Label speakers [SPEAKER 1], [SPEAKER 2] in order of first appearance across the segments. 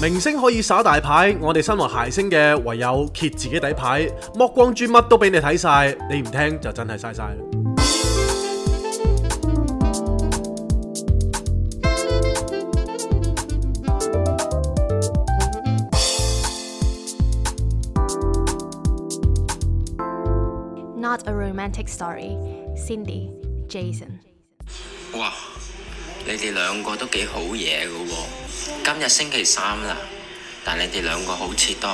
[SPEAKER 1] 明星可以耍大牌，我哋身為諧星嘅唯有揭自己底牌，剝光豬乜都俾你睇晒，你唔聽就真係嘥晒。
[SPEAKER 2] Not a romantic story. Cindy, Jason.
[SPEAKER 3] 哇！你哋兩個都幾好嘢㗎喎。今日星期三啦，但你哋兩個好似當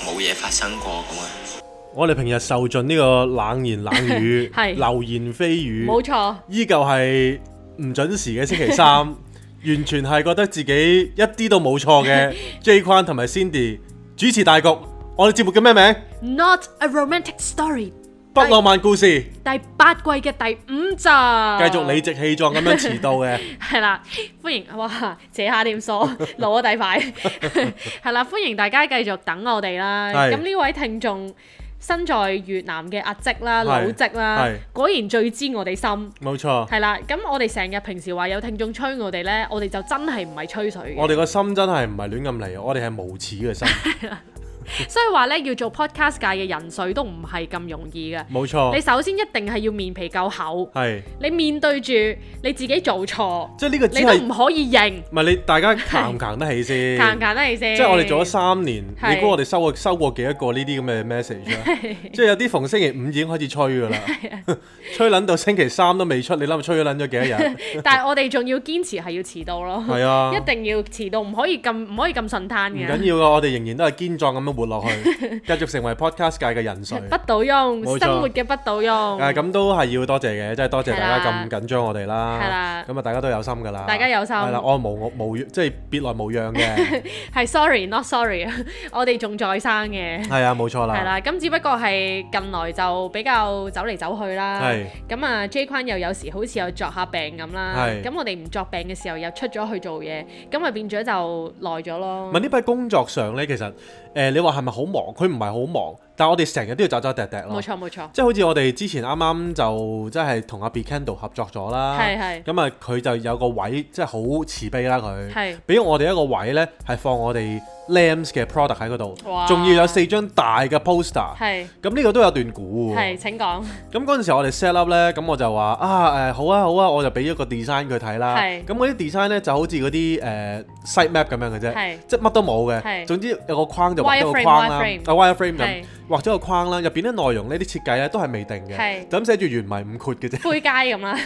[SPEAKER 3] 冇嘢發生過咁啊！
[SPEAKER 1] 我哋平日受盡呢個冷言冷語、
[SPEAKER 4] 係
[SPEAKER 1] 流言蜚語，
[SPEAKER 4] 冇錯，
[SPEAKER 1] 依舊係唔準時嘅星期 三，完全係覺得自己一啲都冇錯嘅 J 框同埋 Cindy 主持大局。我哋節目叫咩名？
[SPEAKER 4] Not a romantic story
[SPEAKER 1] 不浪漫故事，繼
[SPEAKER 4] 第八季嘅第五集，繼啊
[SPEAKER 1] 續理直氣壯咁樣遲到 嘅。
[SPEAKER 4] 係啦，歡迎哇，扯下點數， 攞底牌， 係啦，歡迎大家繼續等我哋啦。
[SPEAKER 1] 係
[SPEAKER 4] 咁呢位聽眾身在越南嘅阿積啦、
[SPEAKER 1] 係
[SPEAKER 4] 老積啦
[SPEAKER 1] 係，
[SPEAKER 4] 果然最知我哋心。
[SPEAKER 1] 冇錯，
[SPEAKER 4] 係啦，咁我哋成日平時話有聽眾吹我哋呢，我哋就真係唔係吹水嘅
[SPEAKER 1] 我。哋個心真係唔係亂咁嚟，我哋係無恥嘅心。
[SPEAKER 4] 所以話呢，要做 podcast 界嘅人水都唔係咁容易嘅。
[SPEAKER 1] 冇錯，
[SPEAKER 4] 你首先一定係要面皮夠厚。
[SPEAKER 1] 係
[SPEAKER 4] 你面對住你自己做錯，
[SPEAKER 1] 即係呢個只
[SPEAKER 4] 你都
[SPEAKER 1] 係
[SPEAKER 4] 唔可以認，
[SPEAKER 1] 唔係你大家扛唔扛得起 先？
[SPEAKER 4] 簡唔簡單嚟先？
[SPEAKER 1] 即係我哋做咗 三年，
[SPEAKER 4] 係
[SPEAKER 1] 你估我哋收過收過幾多個呢啲咁 嘅 message 啊？即係有啲逢星期五已經開始吹㗎啦，
[SPEAKER 4] 啊
[SPEAKER 1] 吹撚到星期三都未出，你諗下吹咗撚咗幾多 日？
[SPEAKER 4] 但係我哋仲要堅持係要遲到咯，
[SPEAKER 1] 係啊，
[SPEAKER 4] 一定要遲到，唔可以咁唔可以咁順攤
[SPEAKER 1] 唔緊
[SPEAKER 4] 嘅，
[SPEAKER 1] 要㗎，我哋仍然都係堅壯咁樣活落 去，繼續成為 podcast 界嘅人瑞。
[SPEAKER 4] 不倒翁，
[SPEAKER 1] 冇錯
[SPEAKER 4] 生活嘅不倒翁，
[SPEAKER 1] 誒咁都係要多謝嘅，即係多謝大家咁
[SPEAKER 4] 係啦
[SPEAKER 1] 緊張我哋啦。
[SPEAKER 4] 係啦
[SPEAKER 1] 咁啊大家都有心㗎啦。
[SPEAKER 4] 大家有心
[SPEAKER 1] 係啦，我無我無即係別來無恙 嘅。
[SPEAKER 4] 係 sorry not sorry，我 哋仲在生嘅。
[SPEAKER 1] 係啊，冇錯
[SPEAKER 4] 係
[SPEAKER 1] 啦。
[SPEAKER 4] 啦，咁只不過係近來就比較走嚟走去啦
[SPEAKER 1] 係。
[SPEAKER 4] 咁啊，J 坤又有時好似又作下病咁啦。
[SPEAKER 1] 係
[SPEAKER 4] 咁我哋唔作病嘅時候又出咗去做嘢，咁咪變咗就耐咗咯。
[SPEAKER 1] 問呢批工作上呢，其實誒、呃你話係咪好忙？佢唔係好忙，但係我哋成日都要走走趯趯咯
[SPEAKER 4] 冇。錯冇錯，
[SPEAKER 1] 即係好似我哋之前啱啱就即係同阿 b e c a n d l e 合作咗啦，
[SPEAKER 4] 係係
[SPEAKER 1] 咁啊佢就有個位即係好慈悲啦佢
[SPEAKER 4] 係，
[SPEAKER 1] 俾我哋一個位呢，係放我哋 Lams 嘅 product 喺嗰度
[SPEAKER 4] 哇，
[SPEAKER 1] 仲要有四張大嘅 poster，
[SPEAKER 4] 係
[SPEAKER 1] 咁呢個都有段估喎
[SPEAKER 4] 係請講，
[SPEAKER 1] 咁嗰陣時我哋 set up 咧，咁我就話啊誒、好啊好啊，我就俾咗個 design 佢睇啦。
[SPEAKER 4] 係
[SPEAKER 1] 咁嗰啲 design 咧就好似嗰啲誒 site map 咁樣嘅啫
[SPEAKER 4] 係，
[SPEAKER 1] 即係乜都冇嘅。
[SPEAKER 4] 係
[SPEAKER 1] 總之有個框就畫咗個
[SPEAKER 4] Wireframe，
[SPEAKER 1] 框啦，啊
[SPEAKER 4] wireframe
[SPEAKER 1] wireframe 咁
[SPEAKER 4] 係
[SPEAKER 1] 畫咗個框啦，入邊啲內容呢啲設計咧都係未定嘅，
[SPEAKER 4] 係
[SPEAKER 1] 就咁寫住原文唔括嘅啫，
[SPEAKER 4] 灰街咁啦，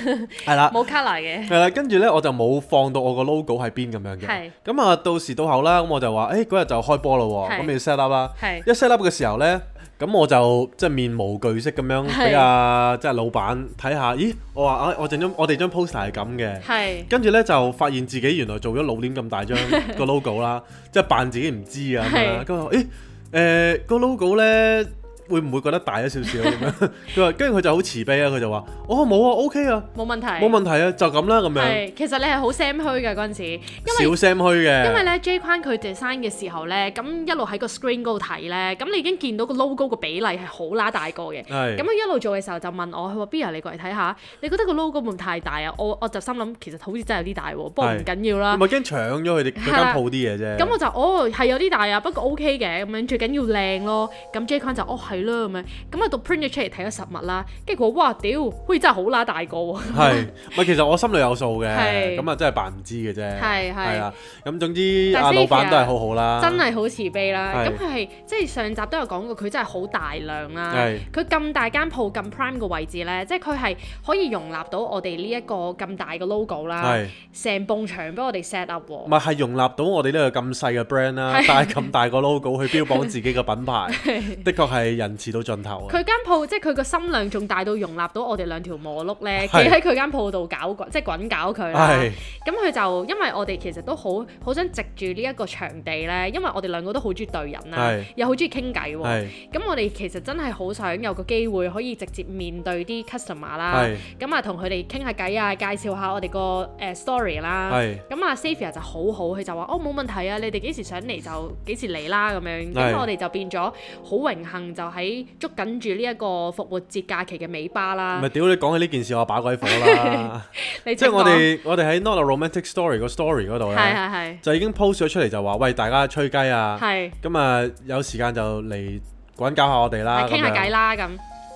[SPEAKER 1] 係啦。
[SPEAKER 4] 冇 colour 嘅，
[SPEAKER 1] 係啦，跟住咧我就冇放到我個 logo 喺邊咁樣嘅
[SPEAKER 4] 係。
[SPEAKER 1] 咁啊，到時到後啦，咁我就話：，誒嗰日就開波咯喎，
[SPEAKER 4] 係
[SPEAKER 1] 咁要 set up 啦。
[SPEAKER 4] 係
[SPEAKER 1] 一 set up 嘅時候咧，咁我就即係面無懼色咁樣俾阿即係老闆睇下，咦？我話啊，我整張我哋張 poster 係咁嘅。
[SPEAKER 4] 係
[SPEAKER 1] 跟住咧就發現自己原來做咗老臉咁 大張個 logo 啦，即係扮自己唔知啊咁樣啦。
[SPEAKER 4] 係
[SPEAKER 1] 跟住我話咦誒個 logo 咧會唔會覺得大咗少少咁樣？ 佢話跟住佢就好慈悲啊，佢就話：哦冇啊，OK 啊，
[SPEAKER 4] 冇問題，
[SPEAKER 1] 冇問題啊，就咁啦咁樣。
[SPEAKER 4] 係其實你係好 sam 虛嘅嗰陣時，因
[SPEAKER 1] 小
[SPEAKER 4] 為。
[SPEAKER 1] 聲虛嘅，
[SPEAKER 4] 因為咧 J 框佢 design 嘅時候咧，咁一路喺個 screen 嗰度睇咧，咁你已經見到個 logo 個比例係好乸大個嘅。
[SPEAKER 1] 啊係
[SPEAKER 4] 咁佢一路做嘅時候就問我，佢話 Bia 你過嚟睇下，你覺得個 logo 會唔會太大啊？我我就心諗其實好似真係有啲大喎，不過
[SPEAKER 1] 係
[SPEAKER 4] 唔緊要啦
[SPEAKER 1] 唔。係驚搶咗佢哋嗰間
[SPEAKER 4] 係啦
[SPEAKER 1] 鋪啲嘢啫。
[SPEAKER 4] 咁我就哦係有啲大啊，不過 O K 嘅咁樣，最緊要靚咯。咁 J Con 就哦係啦咁樣，咁啊到 print 咗出嚟睇咗實物啦，跟住佢話哇屌，好似真係好乸大個喎。
[SPEAKER 1] 係，唔係其實我心裏有數嘅，
[SPEAKER 4] 係
[SPEAKER 1] 咁啊真係扮唔知嘅啫。
[SPEAKER 4] 係係
[SPEAKER 1] 係啊，咁總之
[SPEAKER 4] 但係
[SPEAKER 1] 阿老
[SPEAKER 4] Sophia，
[SPEAKER 1] 闆都係好好啦，
[SPEAKER 4] 真係好慈悲啦！
[SPEAKER 1] 啊係
[SPEAKER 4] 咁佢係即係上集都有講過，佢真係好大量啦
[SPEAKER 1] 係。
[SPEAKER 4] 佢咁大間鋪咁 prime 嘅位置呢，即係佢係可以容納到我哋呢一個咁大嘅 logo 啦
[SPEAKER 1] 係，
[SPEAKER 4] 成埲牆俾我哋 set up
[SPEAKER 1] 唔
[SPEAKER 4] 喎。
[SPEAKER 1] 係係容納到我哋呢個咁細嘅 brand 啦，
[SPEAKER 4] 係
[SPEAKER 1] 帶咁大個 logo 去標榜自己嘅品 牌，的確係仁慈到盡頭啊！
[SPEAKER 4] 佢間鋪即係佢個心量仲大到容納到我哋兩條磨碌呢，企
[SPEAKER 1] 係
[SPEAKER 4] 喺佢間鋪度搞滾，即係滾搞佢啦。
[SPEAKER 1] 係
[SPEAKER 4] 咁佢就因為我哋其實都好好想藉住呢一個場地呢，因為我哋兩個都好中意對人啦
[SPEAKER 1] 係，
[SPEAKER 4] 又好中意傾偈喎。
[SPEAKER 1] 係
[SPEAKER 4] 咁我哋其實真係好想有個機會可以直接面對啲 customer 啦
[SPEAKER 1] 係，
[SPEAKER 4] 咁啊同佢哋傾下偈啊，介紹下我哋個誒 story 啦
[SPEAKER 1] 係。
[SPEAKER 4] 咁啊 Savia 就好好，佢就話：哦冇問題啊，你哋幾時想嚟就幾時嚟啦咁樣。
[SPEAKER 1] 係
[SPEAKER 4] 咁我哋就變咗好榮幸，就係喺捉緊住呢一個復活節假期嘅尾巴啦
[SPEAKER 1] 咪。屌你講起呢件事，我把鬼火啦！
[SPEAKER 4] 你
[SPEAKER 1] 即係
[SPEAKER 4] 請
[SPEAKER 1] 我
[SPEAKER 4] 講
[SPEAKER 1] 哋我哋喺 Not a Romantic Story 個 story 嗰度
[SPEAKER 4] 係
[SPEAKER 1] 咧，
[SPEAKER 4] 係係
[SPEAKER 1] 就已經 post 咗出嚟就話喂大家吹雞啊，
[SPEAKER 4] 係，
[SPEAKER 1] 咁啊有時間就嚟滾搞下我哋啦，
[SPEAKER 4] 係傾下
[SPEAKER 1] 啊咁樣
[SPEAKER 4] 偈啦咁。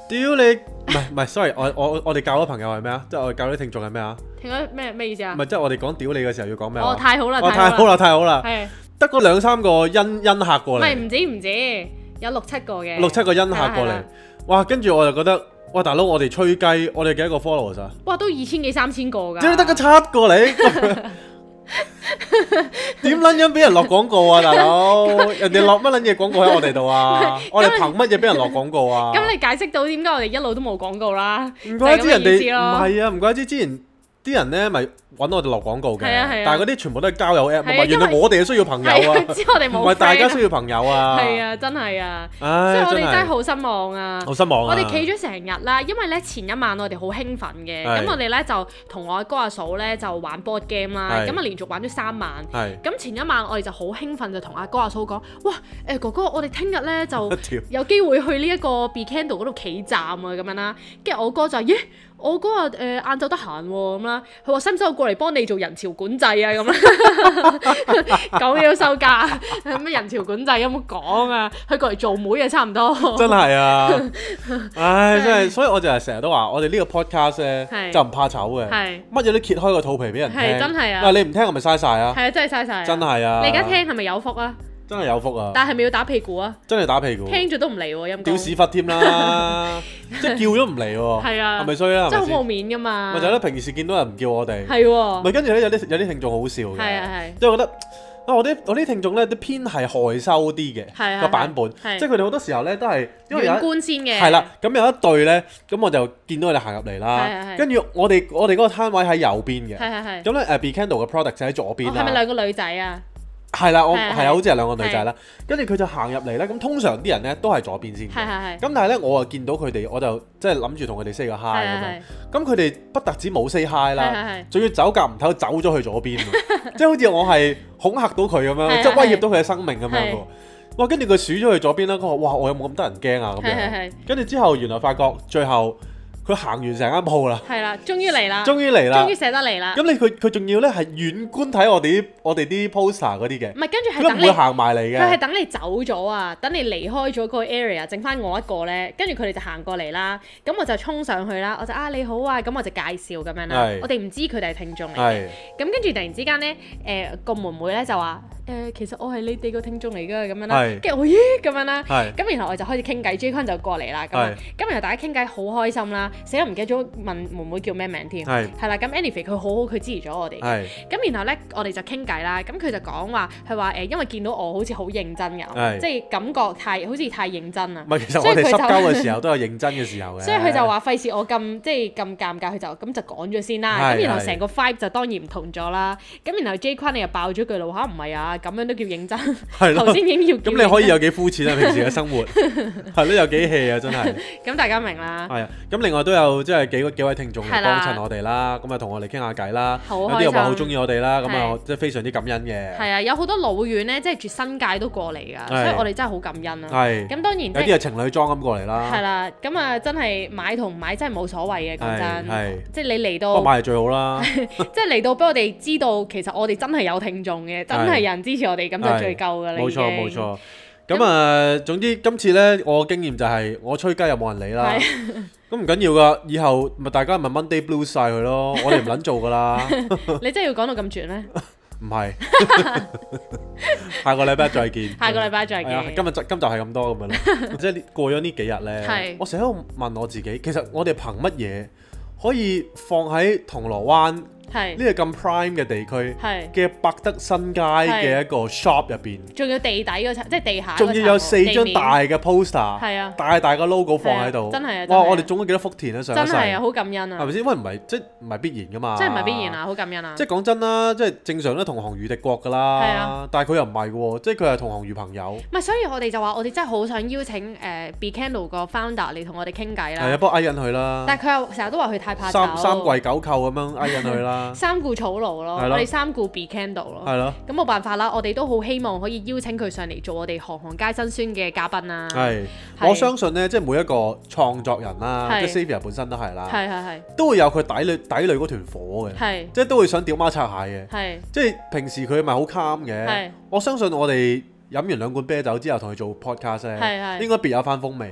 [SPEAKER 1] 屌你，唔係唔係，sorry，我我我哋教咗朋友係咩啊？即係我哋教咗啲聽眾係咩啊？
[SPEAKER 4] 聽咗咩咩意思啊
[SPEAKER 1] 唔？係即係我哋講屌你嘅時候要講咩話？
[SPEAKER 4] 哦，太好啦，
[SPEAKER 1] 哦太好
[SPEAKER 4] 啦，
[SPEAKER 1] 啦，太好啦，
[SPEAKER 4] 係
[SPEAKER 1] 得嗰兩三個恩恩客過
[SPEAKER 4] 唔係
[SPEAKER 1] 嚟，
[SPEAKER 4] 唔止唔止，有六七個嘅。
[SPEAKER 1] 六七個恩客過
[SPEAKER 4] 係
[SPEAKER 1] 嚟
[SPEAKER 4] 啦，
[SPEAKER 1] 哇！跟住我就覺得，哇大佬，我哋吹雞，我哋幾多個 followers 啊？
[SPEAKER 4] 哇，都二千幾三千個㗎。
[SPEAKER 1] 點解得個七個 你？點撚樣俾人落廣告啊，大 佬？人哋落乜撚嘢廣告喺我哋度啊？我哋憑乜嘢俾人落廣告啊？
[SPEAKER 4] 咁你解釋到點解我哋一路都冇廣 告啦？
[SPEAKER 1] 唔怪之人哋
[SPEAKER 4] 就
[SPEAKER 1] 唔
[SPEAKER 4] 係咁嘅意思咯
[SPEAKER 1] 係啊，唔怪之之前啲人咧咪揾我哋落廣告嘅，
[SPEAKER 4] 係啊係啊
[SPEAKER 1] 但係嗰啲全部都係交友 app，唔
[SPEAKER 4] 係啊
[SPEAKER 1] 係原來
[SPEAKER 4] 因為
[SPEAKER 1] 我哋係需要朋友
[SPEAKER 4] 係
[SPEAKER 1] 啊，
[SPEAKER 4] 啊，知我哋
[SPEAKER 1] 唔
[SPEAKER 4] 冇
[SPEAKER 1] 係
[SPEAKER 4] friend
[SPEAKER 1] 大家需要朋友啊，
[SPEAKER 4] 係，啊，真係啊，所以
[SPEAKER 1] 唉，
[SPEAKER 4] 我哋真係
[SPEAKER 1] 係
[SPEAKER 4] 好失望啊！
[SPEAKER 1] 好失望啊，
[SPEAKER 4] 我哋企咗成日啦，因為咧前一晚我哋好興奮嘅，
[SPEAKER 1] 係
[SPEAKER 4] 咁我哋咧就同我哥阿嫂咧就玩 board game 啦，
[SPEAKER 1] 係
[SPEAKER 4] 咁啊連續玩咗三晚。
[SPEAKER 1] 係
[SPEAKER 4] 咁前一晚我哋就好興奮，就同阿哥阿嫂講：哇，誒、哥哥，我哋聽日咧就
[SPEAKER 1] 屌
[SPEAKER 4] 有機會去呢一個 b e c a n d l e 嗰度企站啊，咁樣啦。跟住我哥就話：咦，我嗰日誒呃晏晝得閒喎，咁啦。佢話：使唔使我過嚟幫你做人潮管制啊？咁啦， 咁嘢都收假，咩人潮管制有冇講啊？佢過嚟做妹啊，差唔多。
[SPEAKER 1] 真係 啊，唉，真係，所以我就係成日都話，我哋呢個 podcast 咧
[SPEAKER 4] 係
[SPEAKER 1] 就唔怕醜嘅，
[SPEAKER 4] 係
[SPEAKER 1] 乜嘢都揭開個肚皮俾人聽，
[SPEAKER 4] 係真係啊
[SPEAKER 1] 喂你唔聽我咪嘥晒啊，
[SPEAKER 4] 係啊，真係嘥晒啊。
[SPEAKER 1] 真係啊，
[SPEAKER 4] 你而家聽係咪有福啊？
[SPEAKER 1] 真係有福啊，
[SPEAKER 4] 但係咪要打屁股啊？
[SPEAKER 1] 真係打屁股，
[SPEAKER 4] 聽咗都唔嚟喎，陰公
[SPEAKER 1] 哦屌屎忽添 啦，即係叫都唔嚟喎，
[SPEAKER 4] 係啊
[SPEAKER 1] 係咪衰啦？係咪
[SPEAKER 4] 真係好
[SPEAKER 1] 先
[SPEAKER 4] 冇面噶嘛。
[SPEAKER 1] 咪就係咧，平時見到人唔叫我哋，
[SPEAKER 4] 係喎，
[SPEAKER 1] 咪跟住咧有啲有啲聽眾好笑
[SPEAKER 4] 係
[SPEAKER 1] 嘅，
[SPEAKER 4] 啊係。
[SPEAKER 1] 即係覺得啊我啲我啲聽眾咧都偏係害羞啲
[SPEAKER 4] 係
[SPEAKER 1] 嘅
[SPEAKER 4] 啊
[SPEAKER 1] 個版本，
[SPEAKER 4] 係
[SPEAKER 1] 即係佢哋好多時候咧都係因為有
[SPEAKER 4] 遠
[SPEAKER 1] 一
[SPEAKER 4] 觀先嘅。
[SPEAKER 1] 係啦，咁有一對咧，咁我就見到佢哋行入嚟
[SPEAKER 4] 係啊
[SPEAKER 1] 啦，
[SPEAKER 4] 係
[SPEAKER 1] 跟住我哋我哋嗰個攤位喺右邊嘅，
[SPEAKER 4] 係係係。
[SPEAKER 1] 咁咧誒 b e c a n d l e 嘅 product 就喺左邊
[SPEAKER 4] 哦係咪
[SPEAKER 1] 啦，
[SPEAKER 4] 兩個女仔啊？
[SPEAKER 1] 係啦，我
[SPEAKER 4] 係
[SPEAKER 1] 係
[SPEAKER 4] 啊
[SPEAKER 1] 啊
[SPEAKER 4] 係啊
[SPEAKER 1] 好似係兩個女仔啦，跟住佢就行入嚟咧，咁通常啲人咧都係左邊先嘅，
[SPEAKER 4] 係係係。
[SPEAKER 1] 咁但係咧我啊見到佢哋，我就即係諗住同佢哋 say 個 hi
[SPEAKER 4] 係
[SPEAKER 1] 咁樣啊
[SPEAKER 4] 係。
[SPEAKER 1] 咁佢哋不特止冇 say hi 啦
[SPEAKER 4] 係係係，
[SPEAKER 1] 仲要走夾唔唞走咗去左邊 喎，即係好似我係恐嚇到佢咁
[SPEAKER 4] 係
[SPEAKER 1] 樣，
[SPEAKER 4] 係
[SPEAKER 1] 即係威脅到佢嘅生命咁樣
[SPEAKER 4] 係
[SPEAKER 1] 喎。哇！跟住佢數咗去左邊啦，佢話：哇！我有冇咁得人驚啊？咁
[SPEAKER 4] 係係係
[SPEAKER 1] 樣。跟住之後，原來發覺最後佢行完成間鋪啦，
[SPEAKER 4] 係啦，終於嚟啦，
[SPEAKER 1] 終於嚟啦
[SPEAKER 4] 終於。捨得嚟啦。
[SPEAKER 1] 咁你佢佢仲要咧係遠觀睇我哋啲我哋啲 poster 嗰啲嘅
[SPEAKER 4] 唔，係，跟住
[SPEAKER 1] 佢
[SPEAKER 4] 係
[SPEAKER 1] 都
[SPEAKER 4] 等
[SPEAKER 1] 唔
[SPEAKER 4] 你
[SPEAKER 1] 會，行埋嚟
[SPEAKER 4] 佢係
[SPEAKER 1] 嘅。
[SPEAKER 4] 等你走咗啊，等你離開咗個 area，剩翻我一個咧，跟住佢哋就行過嚟啦。咁我就衝上去啦，我就啊你好啊，咁我就介紹咁樣啦
[SPEAKER 1] 係。
[SPEAKER 4] 我哋唔知佢哋係聽眾嚟嘅。
[SPEAKER 1] 係
[SPEAKER 4] 咁跟住突然之間咧，誒、個妹妹咧就話：誒、其實我係你哋個聽眾嚟㗎，咁樣啦
[SPEAKER 1] 係。
[SPEAKER 4] 跟住我咦咁樣啦。
[SPEAKER 1] 係
[SPEAKER 4] 咁然後我就開始傾偈，J Kun 就過嚟啦，咁啊咁然後大家傾偈好開心啦，死啦唔記得咗問妹妹叫咩名添，
[SPEAKER 1] 係
[SPEAKER 4] 係啦，咁 Anyway 佢好好佢支持咗我哋嘅，
[SPEAKER 1] 係
[SPEAKER 4] 咁然後咧我哋就傾偈啦，咁佢就講話佢話誒因為見到我好似好認真
[SPEAKER 1] 係
[SPEAKER 4] 嘅，即係感覺太好似太認真啦
[SPEAKER 1] 唔，係？其實
[SPEAKER 4] 所以
[SPEAKER 1] 我哋
[SPEAKER 4] 佢
[SPEAKER 1] 濕
[SPEAKER 4] 就
[SPEAKER 1] 鳩嘅時候都有認真嘅時候嘅。
[SPEAKER 4] 所以佢就話費事我咁即係咁尷尬，佢就咁就講咗先啦，
[SPEAKER 1] 係
[SPEAKER 4] 咁然後
[SPEAKER 1] 係
[SPEAKER 4] 成個 vibe 就當然唔同咗啦，咁然後 J Kun 你又爆咗句路嚇唔係啊，咁樣都叫認真，
[SPEAKER 1] 係咯
[SPEAKER 4] 頭先已經要叫
[SPEAKER 1] 咁你可以
[SPEAKER 4] 認
[SPEAKER 1] 有幾膚淺啊？平時嘅生 活係咯，有幾 hea 啊？真係
[SPEAKER 4] 真咁大家明 啦，
[SPEAKER 1] 係啊！咁另外都有即係幾個幾位聽眾嚟
[SPEAKER 4] 係
[SPEAKER 1] 幫
[SPEAKER 4] 啦
[SPEAKER 1] 襯我哋啦，咁啊同我哋傾下偈啦，
[SPEAKER 4] 好
[SPEAKER 1] 有啲人
[SPEAKER 4] 開
[SPEAKER 1] 話
[SPEAKER 4] 心
[SPEAKER 1] 好中意我哋啦，咁啊
[SPEAKER 4] 係
[SPEAKER 1] 即係非常之感恩嘅。
[SPEAKER 4] 係啊，有好多老院咧，即係住新界都過嚟㗎，所
[SPEAKER 1] 係
[SPEAKER 4] 以我哋真係好感恩啊。
[SPEAKER 1] 係
[SPEAKER 4] 咁當然即
[SPEAKER 1] 有啲係
[SPEAKER 4] 係
[SPEAKER 1] 情侶裝咁過嚟
[SPEAKER 4] 係
[SPEAKER 1] 啦，
[SPEAKER 4] 啦，咁啊真係買同唔買真係冇所謂嘅，講
[SPEAKER 1] 係係
[SPEAKER 4] 真，即係你嚟
[SPEAKER 1] 不過
[SPEAKER 4] 到，
[SPEAKER 1] 買係最好 啦，
[SPEAKER 4] 即係嚟到俾我哋知道，其實我哋真係有聽眾嘅，真係有人支持我哋，咁就最夠㗎啦。
[SPEAKER 1] 冇錯
[SPEAKER 4] 已
[SPEAKER 1] 冇
[SPEAKER 4] 經，
[SPEAKER 1] 錯。咁啊，總之今次呢，我經驗就係我吹雞又冇人理啦。咁唔緊要噶，以後咪大家咪 Monday Blue 晒佢咯，我哋唔撚做噶 啦，
[SPEAKER 4] 你真係要講到咁絕咩？
[SPEAKER 1] 唔係。 下個禮拜再見。
[SPEAKER 4] 下個禮拜再
[SPEAKER 1] 係啊，
[SPEAKER 4] 見。
[SPEAKER 1] 今日就今集係咁多咁樣 啦，即係呢過咗呢幾日咧
[SPEAKER 4] 係，
[SPEAKER 1] 我成日喺度問我自己，其實我哋憑乜嘢可以放喺銅鑼灣呢
[SPEAKER 4] 係
[SPEAKER 1] 個咁 prime 嘅地區
[SPEAKER 4] 係，
[SPEAKER 1] 嘅百德新街嘅一個 shop 入邊，
[SPEAKER 4] 仲要地底嗰層，即係地下嗰層
[SPEAKER 1] 仲
[SPEAKER 4] 喎。
[SPEAKER 1] 要有四張大
[SPEAKER 4] 地面
[SPEAKER 1] 嘅 poster，
[SPEAKER 4] 係啊
[SPEAKER 1] 大大嘅 logo 放喺度，
[SPEAKER 4] 係啊真係啊真係
[SPEAKER 1] 哇！
[SPEAKER 4] 啊
[SPEAKER 1] 我哋種咗幾多福田啊，上一
[SPEAKER 4] 真
[SPEAKER 1] 世
[SPEAKER 4] 係
[SPEAKER 1] 係
[SPEAKER 4] 啊，好感恩啊
[SPEAKER 1] 咪，先？因為唔係即係唔係必然噶嘛，
[SPEAKER 4] 真係唔係必然啊，。好感恩啊
[SPEAKER 1] 即。係講真啦，即係正常都同行如敵國㗎
[SPEAKER 4] 係
[SPEAKER 1] 啦
[SPEAKER 4] 啊，
[SPEAKER 1] 但係佢又唔係喎，即係佢係同行如朋友。
[SPEAKER 4] 唔係，所以我哋就話我哋真係好想邀請誒、呃 Be Candle 個 founder 嚟同我哋傾偈
[SPEAKER 1] 係啊，
[SPEAKER 4] 啦。
[SPEAKER 1] 不過嗌引佢啦。
[SPEAKER 4] 但係佢又成日都話佢太怕
[SPEAKER 1] 三
[SPEAKER 4] 醜。
[SPEAKER 1] 三跪九叩咁樣挨緊佢啦，呃啦，
[SPEAKER 4] 三顧草廬咯，
[SPEAKER 1] 係咯
[SPEAKER 4] 我哋三顧 Be Candle 咯。
[SPEAKER 1] 係咯，
[SPEAKER 4] 咁冇辦法啦，我哋都好希望可以邀請佢上嚟做我哋行行皆辛酸嘅嘉賓啊啦。
[SPEAKER 1] 係。
[SPEAKER 4] 係
[SPEAKER 1] 我相信呢，即係每一個創作人啦，即
[SPEAKER 4] 係
[SPEAKER 1] 係 Xavier 本身都係啦，
[SPEAKER 4] 係係
[SPEAKER 1] 都會有佢底裏底裏嗰團火嘅，
[SPEAKER 4] 係
[SPEAKER 1] 即係都會想屌媽擦蟹嘅。
[SPEAKER 4] 係
[SPEAKER 1] 即係平時佢咪好 calm 嘅
[SPEAKER 4] 係，
[SPEAKER 1] 我相信我哋飲完兩罐啤酒之後同佢做 podcast
[SPEAKER 4] 係
[SPEAKER 1] 咧，
[SPEAKER 4] 係
[SPEAKER 1] 應該別有番風 味，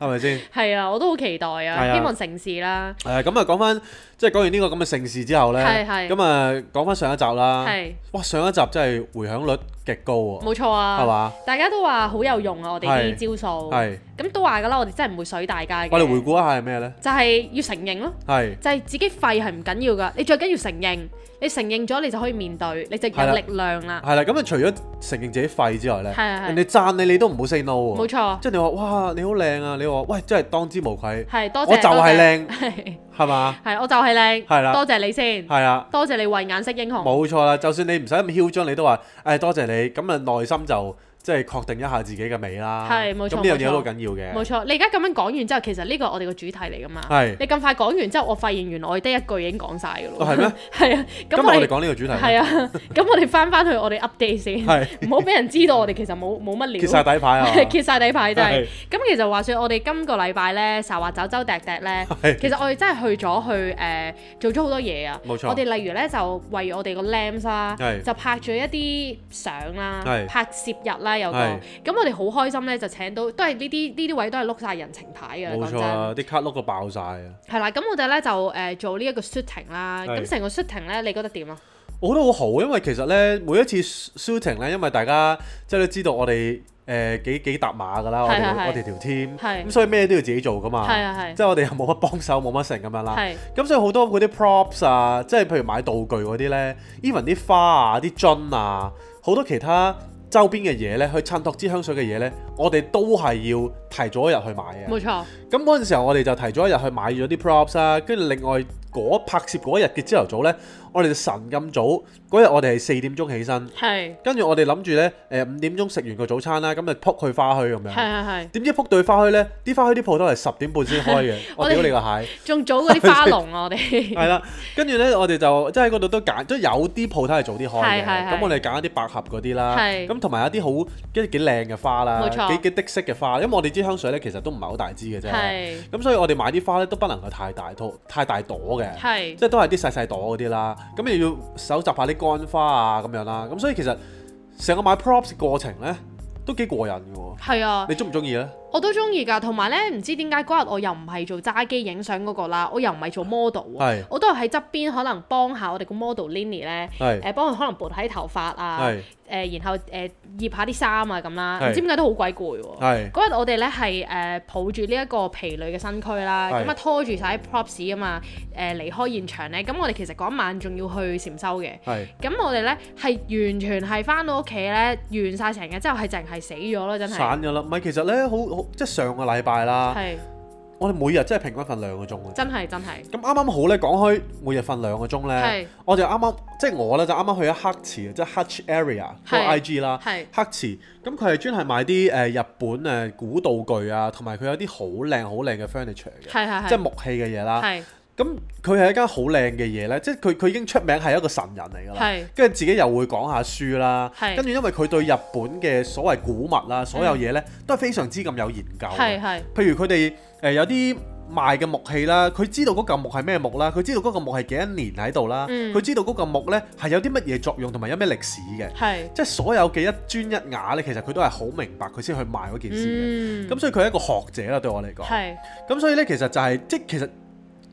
[SPEAKER 1] 係咪先？
[SPEAKER 4] 係啊！我都好期待
[SPEAKER 1] 係啊
[SPEAKER 4] 啊，希望成事啦。
[SPEAKER 1] 誒咁啊，講翻即係講完呢個咁嘅盛事之後咧，
[SPEAKER 4] 係係
[SPEAKER 1] 咁啊講翻上一集啦，
[SPEAKER 4] 係
[SPEAKER 1] 哇上一集真係回響率極高喎，
[SPEAKER 4] 冇錯啊，
[SPEAKER 1] 係嘛？
[SPEAKER 4] 大家都話好有用啊，我哋啲招數。
[SPEAKER 1] 係
[SPEAKER 4] 咁都話㗎啦，我哋真係唔會水大家嘅。
[SPEAKER 1] 我哋回顧一下係咩咧？
[SPEAKER 4] 就係要承認咯，
[SPEAKER 1] 係
[SPEAKER 4] 就係自己廢係唔緊要㗎，你最緊要承認，你承認咗你就可以面對，你就
[SPEAKER 1] 係啦
[SPEAKER 4] 有力量啦。
[SPEAKER 1] 係啦，咁啊除咗承認自己廢之外咧，
[SPEAKER 4] 係係係
[SPEAKER 1] 人哋讚你你都唔好啊 say no
[SPEAKER 4] 冇
[SPEAKER 1] 喎，
[SPEAKER 4] 錯，
[SPEAKER 1] 即係你話哇你好靚啊，你話喂真係當之無愧，
[SPEAKER 4] 係多謝。
[SPEAKER 1] 我就係靚
[SPEAKER 4] 多謝，
[SPEAKER 1] 係嘛？
[SPEAKER 4] 係我就係靚，
[SPEAKER 1] 係啦
[SPEAKER 4] 多謝你先，
[SPEAKER 1] 係啊。
[SPEAKER 4] 多謝你慧眼識英雄。
[SPEAKER 1] 冇錯啦，就算你唔使咁囂張，你都話誒、唉多謝你，咁啊內心就即係確定一下自己嘅美啦。
[SPEAKER 4] 係冇錯
[SPEAKER 1] 咁呢樣嘢
[SPEAKER 4] 冇錯
[SPEAKER 1] 都緊要嘅
[SPEAKER 4] 冇。錯，你而家咁樣講完之後，其實呢個係我哋個主題嚟噶嘛。
[SPEAKER 1] 係
[SPEAKER 4] 你咁快講完之後，我發現原來我哋得一句已經講晒噶咯。
[SPEAKER 1] 哦係咩？
[SPEAKER 4] 係啊，
[SPEAKER 1] 今
[SPEAKER 4] 咁
[SPEAKER 1] 日
[SPEAKER 4] 我
[SPEAKER 1] 我哋
[SPEAKER 4] 哋
[SPEAKER 1] 講呢個主題，
[SPEAKER 4] 係啊，咁我哋翻翻去我哋 update 先，
[SPEAKER 1] 係
[SPEAKER 4] 唔好俾人知道我哋其實冇冇乜料。
[SPEAKER 1] 揭晒底牌啊！
[SPEAKER 4] 揭晒底牌真係
[SPEAKER 1] 係。
[SPEAKER 4] 咁其實話說，我哋今個禮拜咧，沙華走周趯趯咧
[SPEAKER 1] 係，
[SPEAKER 4] 其實我哋真係去咗去誒做咗好多嘢啊。
[SPEAKER 1] 冇錯
[SPEAKER 4] 我哋例如咧就為我哋個 lamps 啦
[SPEAKER 1] 係，
[SPEAKER 4] 就拍咗一啲相啦
[SPEAKER 1] 係，
[SPEAKER 4] 拍攝日啦有個。
[SPEAKER 1] 係
[SPEAKER 4] 咁我哋好開心咧，就請到都係呢啲呢啲位都係碌晒人情牌嘅，
[SPEAKER 1] 冇
[SPEAKER 4] 講
[SPEAKER 1] 錯
[SPEAKER 4] 真。
[SPEAKER 1] 啊！啲卡碌到爆晒啊！
[SPEAKER 4] 係啦，咁我哋咧就誒做呢一個 shooting 啦。
[SPEAKER 1] 係
[SPEAKER 4] 咁成個 shooting 咧，你覺得點啊？
[SPEAKER 1] 我覺得好好，因為其實咧每一次 shooting 咧，因為大家即係都知道我哋誒、呃、幾幾搭馬㗎啦，我
[SPEAKER 4] 係係
[SPEAKER 1] 哋
[SPEAKER 4] 係
[SPEAKER 1] 我哋條 team，
[SPEAKER 4] 係
[SPEAKER 1] 咁所以咩都要自己做㗎嘛。
[SPEAKER 4] 係啊係
[SPEAKER 1] 即係我哋又冇乜幫手，冇乜成咁樣啦。
[SPEAKER 4] 係
[SPEAKER 1] 咁所以好多嗰啲 props 啊，即係譬如買道具嗰啲咧，even 啲花啊、啲樽啊，好多其他周邊嘅嘢咧，去襯托支香水嘅嘢咧，我哋都係要提早一日去買嘅。
[SPEAKER 4] 冇錯，
[SPEAKER 1] 咁嗰陣時候，我哋就提早一日去買咗啲 props 啦、跟住另外嗰拍攝嗰日嘅朝頭早咧，我哋就晨咁早，嗰日我哋係四點鐘起身，
[SPEAKER 4] 係
[SPEAKER 1] 跟住我哋諗住咧，誒五點鐘食完個早餐啦，咁就撲去花墟咁
[SPEAKER 4] 係
[SPEAKER 1] 樣。
[SPEAKER 4] 係係，
[SPEAKER 1] 點知撲到去花墟咧，啲花墟啲鋪頭係十點半先 開嘅，我
[SPEAKER 4] 我哋
[SPEAKER 1] 屌你個蟹！
[SPEAKER 4] 仲早嗰啲花籠啊，我哋
[SPEAKER 1] 係啦，跟住咧，我哋就即係喺嗰度都揀，即係有啲鋪頭係早啲開嘅，
[SPEAKER 4] 係係係
[SPEAKER 1] 咁我哋揀一啲百合嗰啲啦，
[SPEAKER 4] 係
[SPEAKER 1] 咁同埋一啲好一啲幾靚嘅花啦，
[SPEAKER 4] 冇錯
[SPEAKER 1] 幾幾的色嘅花，因為我哋支香水咧其實都唔係好大支嘅啫，
[SPEAKER 4] 係
[SPEAKER 1] 咁所以我哋買啲花咧都不能夠太大朵太大朵嘅。
[SPEAKER 4] 係
[SPEAKER 1] 即係都係啲細細朵嗰啲啦，咁又要搜集下啲乾花啊咁樣啦，咁所以其實成個買 props 嘅過程咧都幾過癮嘅喎，
[SPEAKER 4] 係啊。
[SPEAKER 1] 你中唔中意咧？
[SPEAKER 4] 我都中意㗎，同埋咧唔知點解嗰日我又唔係做揸機影相嗰個啦，我又唔係做 model
[SPEAKER 1] 係
[SPEAKER 4] 喎，我都係喺側邊可能幫下我哋個 model Linny 咧，
[SPEAKER 1] 係
[SPEAKER 4] 誒幫佢可能撥喺頭髮啊
[SPEAKER 1] 係，
[SPEAKER 4] 誒然後誒醃下啲衫啊咁啦，
[SPEAKER 1] 係
[SPEAKER 4] 唔知點解都好鬼攰喎。
[SPEAKER 1] 係
[SPEAKER 4] 嗰日我哋咧係誒抱住呢一個疲累嘅身軀啦，
[SPEAKER 1] 係
[SPEAKER 4] 咁啊拖住晒啲 props 啊嘛，誒離開現場咧，咁我哋其實嗰一晚仲要去禪修嘅。
[SPEAKER 1] 係
[SPEAKER 4] 咁我哋咧係完全係翻到屋企咧，完晒成日之後係淨係死咗咯，真係
[SPEAKER 1] 散咗啦，唔係其實咧好好即係上個禮拜啦。
[SPEAKER 4] 係
[SPEAKER 1] 我哋每日真係平均瞓兩個鐘嘅啫。
[SPEAKER 4] 真係真係。
[SPEAKER 1] 咁啱啱好咧，講開每日瞓兩個鐘
[SPEAKER 4] 係
[SPEAKER 1] 咧，我就啱啱即係我咧就啱啱去咗黑池，即係 Hutch Area 嗰個
[SPEAKER 4] 係
[SPEAKER 1] IG 啦，
[SPEAKER 4] 係
[SPEAKER 1] 黑池。咁佢係專係賣啲呃誒日本誒古道具啊，同埋佢有啲好靚好靚嘅 furniture 嘅，
[SPEAKER 4] 係係係，
[SPEAKER 1] 即係啊木器嘅嘢啦。
[SPEAKER 4] 係
[SPEAKER 1] 咁佢係一間好靚嘅嘢咧，即係佢佢已經出名係一個神人嚟㗎啦。
[SPEAKER 4] 係
[SPEAKER 1] 跟住自己又會講下書啦，
[SPEAKER 4] 係
[SPEAKER 1] 跟住因為佢對日本嘅所謂古物啦，所有嘢咧都係非常之咁有啊研究嘅。
[SPEAKER 4] 嗯係係
[SPEAKER 1] 譬如佢哋誒有啲賣嘅木器啦，佢知道嗰嚿木係咩木啦，佢知道嗰嚿木係幾多年喺度啦，
[SPEAKER 4] 嗯
[SPEAKER 1] 佢、知道嗰嚿木咧係有啲乜嘢作用同埋有咩歷史嘅，
[SPEAKER 4] 係，
[SPEAKER 1] 即係所有嘅一磚一瓦咧，其實佢都係好明白佢先去賣嗰件事嘅。
[SPEAKER 4] 嗯
[SPEAKER 1] 咁、，所以佢係一個學者啦，對我嚟講。
[SPEAKER 4] 係
[SPEAKER 1] 咁所以咧，其實就係、即係其實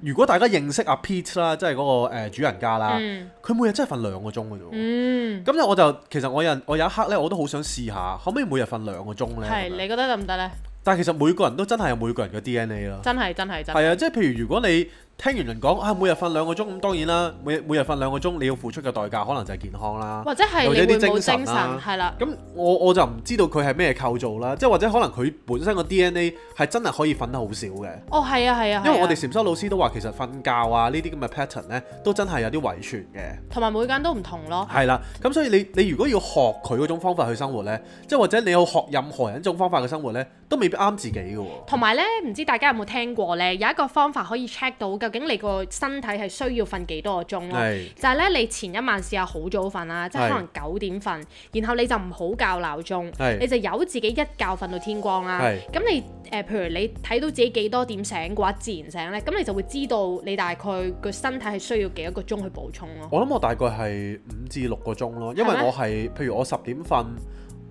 [SPEAKER 1] 如果大家認識阿 Pete 啦，即係嗰、個、呃、主人家啦，
[SPEAKER 4] 嗯
[SPEAKER 1] 佢、每日真係瞓兩個鐘嘅啫喎。
[SPEAKER 4] 嗯，
[SPEAKER 1] 咁咧我就其實我有我有一刻咧，我都好想試下，可唔可以每日瞓兩個鐘咧？咁
[SPEAKER 4] 係
[SPEAKER 1] 樣啊
[SPEAKER 4] 你覺得得唔得咧？
[SPEAKER 1] 但係其實每個人都真係有每個人嘅 DNA 啦。
[SPEAKER 4] 真係真係真係
[SPEAKER 1] 係啊，即係譬如如果你聽完人講啊，每日瞓兩個鐘，咁當然啦，每每日瞓兩個鐘，你要付出嘅代價可能就係健康啦。
[SPEAKER 4] 或者係
[SPEAKER 1] 啊有
[SPEAKER 4] 你
[SPEAKER 1] 啲
[SPEAKER 4] 會
[SPEAKER 1] 精
[SPEAKER 4] 冇
[SPEAKER 1] 神啊
[SPEAKER 4] 精神
[SPEAKER 1] 啦
[SPEAKER 4] 係啦，
[SPEAKER 1] 咁我我就唔知道佢係咩構造啦，即係或者可能佢本身個 DNA 係真係可以瞓得好少嘅，
[SPEAKER 4] 哦係啊係啊，
[SPEAKER 1] 因為
[SPEAKER 4] 係
[SPEAKER 1] 我哋
[SPEAKER 4] 啊
[SPEAKER 1] 禪修老師都話其實瞓覺啊呢啲咁嘅 pattern 呢，都真係有啲遺傳嘅。
[SPEAKER 4] 同埋每間都唔同咯，
[SPEAKER 1] 係啦，咁所以你你如果要學佢嗰種方法去生活呢，即係或者你要學任何人一種方法去生活呢，都未必啱自己嘅喎。
[SPEAKER 4] 同埋咧唔知大家有冇聽過咧，有一個方法可以 check 到究究竟你個身體係需要瞓幾多個鐘咯。
[SPEAKER 1] 係
[SPEAKER 4] 就係啊咧，你前一晚試下好早瞓啦，即係可能九點瞓，然後你就唔好校鬧
[SPEAKER 1] 係
[SPEAKER 4] 鐘，你就由自己一覺瞓到天光啦
[SPEAKER 1] 係。
[SPEAKER 4] 咁你誒、呃譬如你睇到自己幾多點醒嘅話，自然醒咧，咁你就會知道你大概個身體係需要幾多個鐘去補充咯。
[SPEAKER 1] 我諗我大概係五至六個鐘咯，因為
[SPEAKER 4] 係咩
[SPEAKER 1] 我係譬如我十點瞓，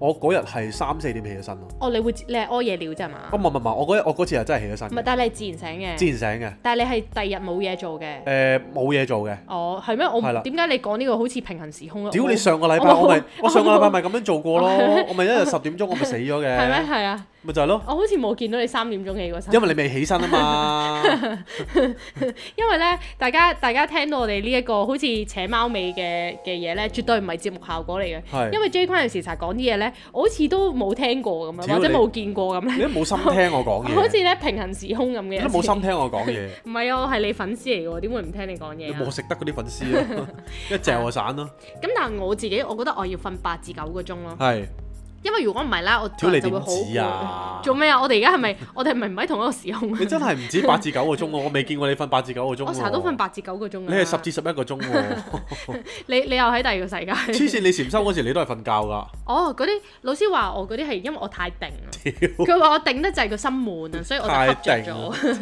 [SPEAKER 1] 我嗰日係三四點起咗身咯。
[SPEAKER 4] 哦，你會你係屙夜尿啫嘛
[SPEAKER 1] 啊唔？係唔係唔係，我嗰日我嗰次係真係起咗身
[SPEAKER 4] 唔係，
[SPEAKER 1] 嘅，
[SPEAKER 4] 但係你係自然
[SPEAKER 1] 自
[SPEAKER 4] 醒嘅，
[SPEAKER 1] 然醒嘅。
[SPEAKER 4] 但係你係第二日冇嘢做嘅。
[SPEAKER 1] 誒冇嘢做嘅。
[SPEAKER 4] 哦，係咩？我唔
[SPEAKER 1] 係啦
[SPEAKER 4] 點解你講呢個好似平行時空啊？
[SPEAKER 1] 屌
[SPEAKER 4] 我
[SPEAKER 1] 你上個禮拜
[SPEAKER 4] 我冇
[SPEAKER 1] 我咪我上個禮拜咪咁樣做過咯
[SPEAKER 4] 我，
[SPEAKER 1] 我咪一日十點鐘我咪死咗
[SPEAKER 4] 係咩？
[SPEAKER 1] 嘅，
[SPEAKER 4] 係啊，
[SPEAKER 1] 咪就係咯，
[SPEAKER 4] 我好似冇見到你三點鐘起嗰身。
[SPEAKER 1] 因為你未起身啊嘛，
[SPEAKER 4] 因為咧，大家大家聽到我哋呢一個好似扯貓尾嘅嘅嘢咧，絕對唔係節目效果嚟
[SPEAKER 1] 係
[SPEAKER 4] 嘅。因為 J 君有時成日講啲嘢咧，我好似都冇聽過咁樣，
[SPEAKER 1] 屌
[SPEAKER 4] 或者
[SPEAKER 1] 你
[SPEAKER 4] 冇見過咁
[SPEAKER 1] 你
[SPEAKER 4] 咧，
[SPEAKER 1] 都冇心聽我講
[SPEAKER 4] 好似
[SPEAKER 1] 嘢，
[SPEAKER 4] 咧平行時空咁嘅。
[SPEAKER 1] 你都冇心。聽我講嘢，
[SPEAKER 4] 唔係啊，我係你粉絲嚟嘅喎，點會唔聽你講
[SPEAKER 1] 你
[SPEAKER 4] 嘢
[SPEAKER 1] 冇
[SPEAKER 4] 啊？
[SPEAKER 1] 食得嗰啲粉絲 咯，一嚼我散咯，
[SPEAKER 4] 咁但係我自己，我覺得我要瞓八至九個鐘咯，
[SPEAKER 1] 係，
[SPEAKER 4] 因為如果唔係啦，我
[SPEAKER 1] 屌你
[SPEAKER 4] 就會
[SPEAKER 1] 點
[SPEAKER 4] 好
[SPEAKER 1] 止啊
[SPEAKER 4] 攰。做咩啊？我哋而家係咪我哋係咪唔喺同一個時空啊？
[SPEAKER 1] 你真係唔止八至九個鐘喎，我未見過你瞓八至九個鐘喎，
[SPEAKER 4] 我成日都瞓，八至九個鐘㗎
[SPEAKER 1] 你係十至十一個鐘喎，
[SPEAKER 4] 你你又喺第二個世界。
[SPEAKER 1] 黐線你禪修嗰時你都係瞓覺 㗎，
[SPEAKER 4] 哦，嗰啲老師話我嗰啲係因為我太定啦，佢話我定得滯個心悶啊，所以我就
[SPEAKER 1] 太
[SPEAKER 4] 瞌着
[SPEAKER 1] 定啦，
[SPEAKER 4] 咗。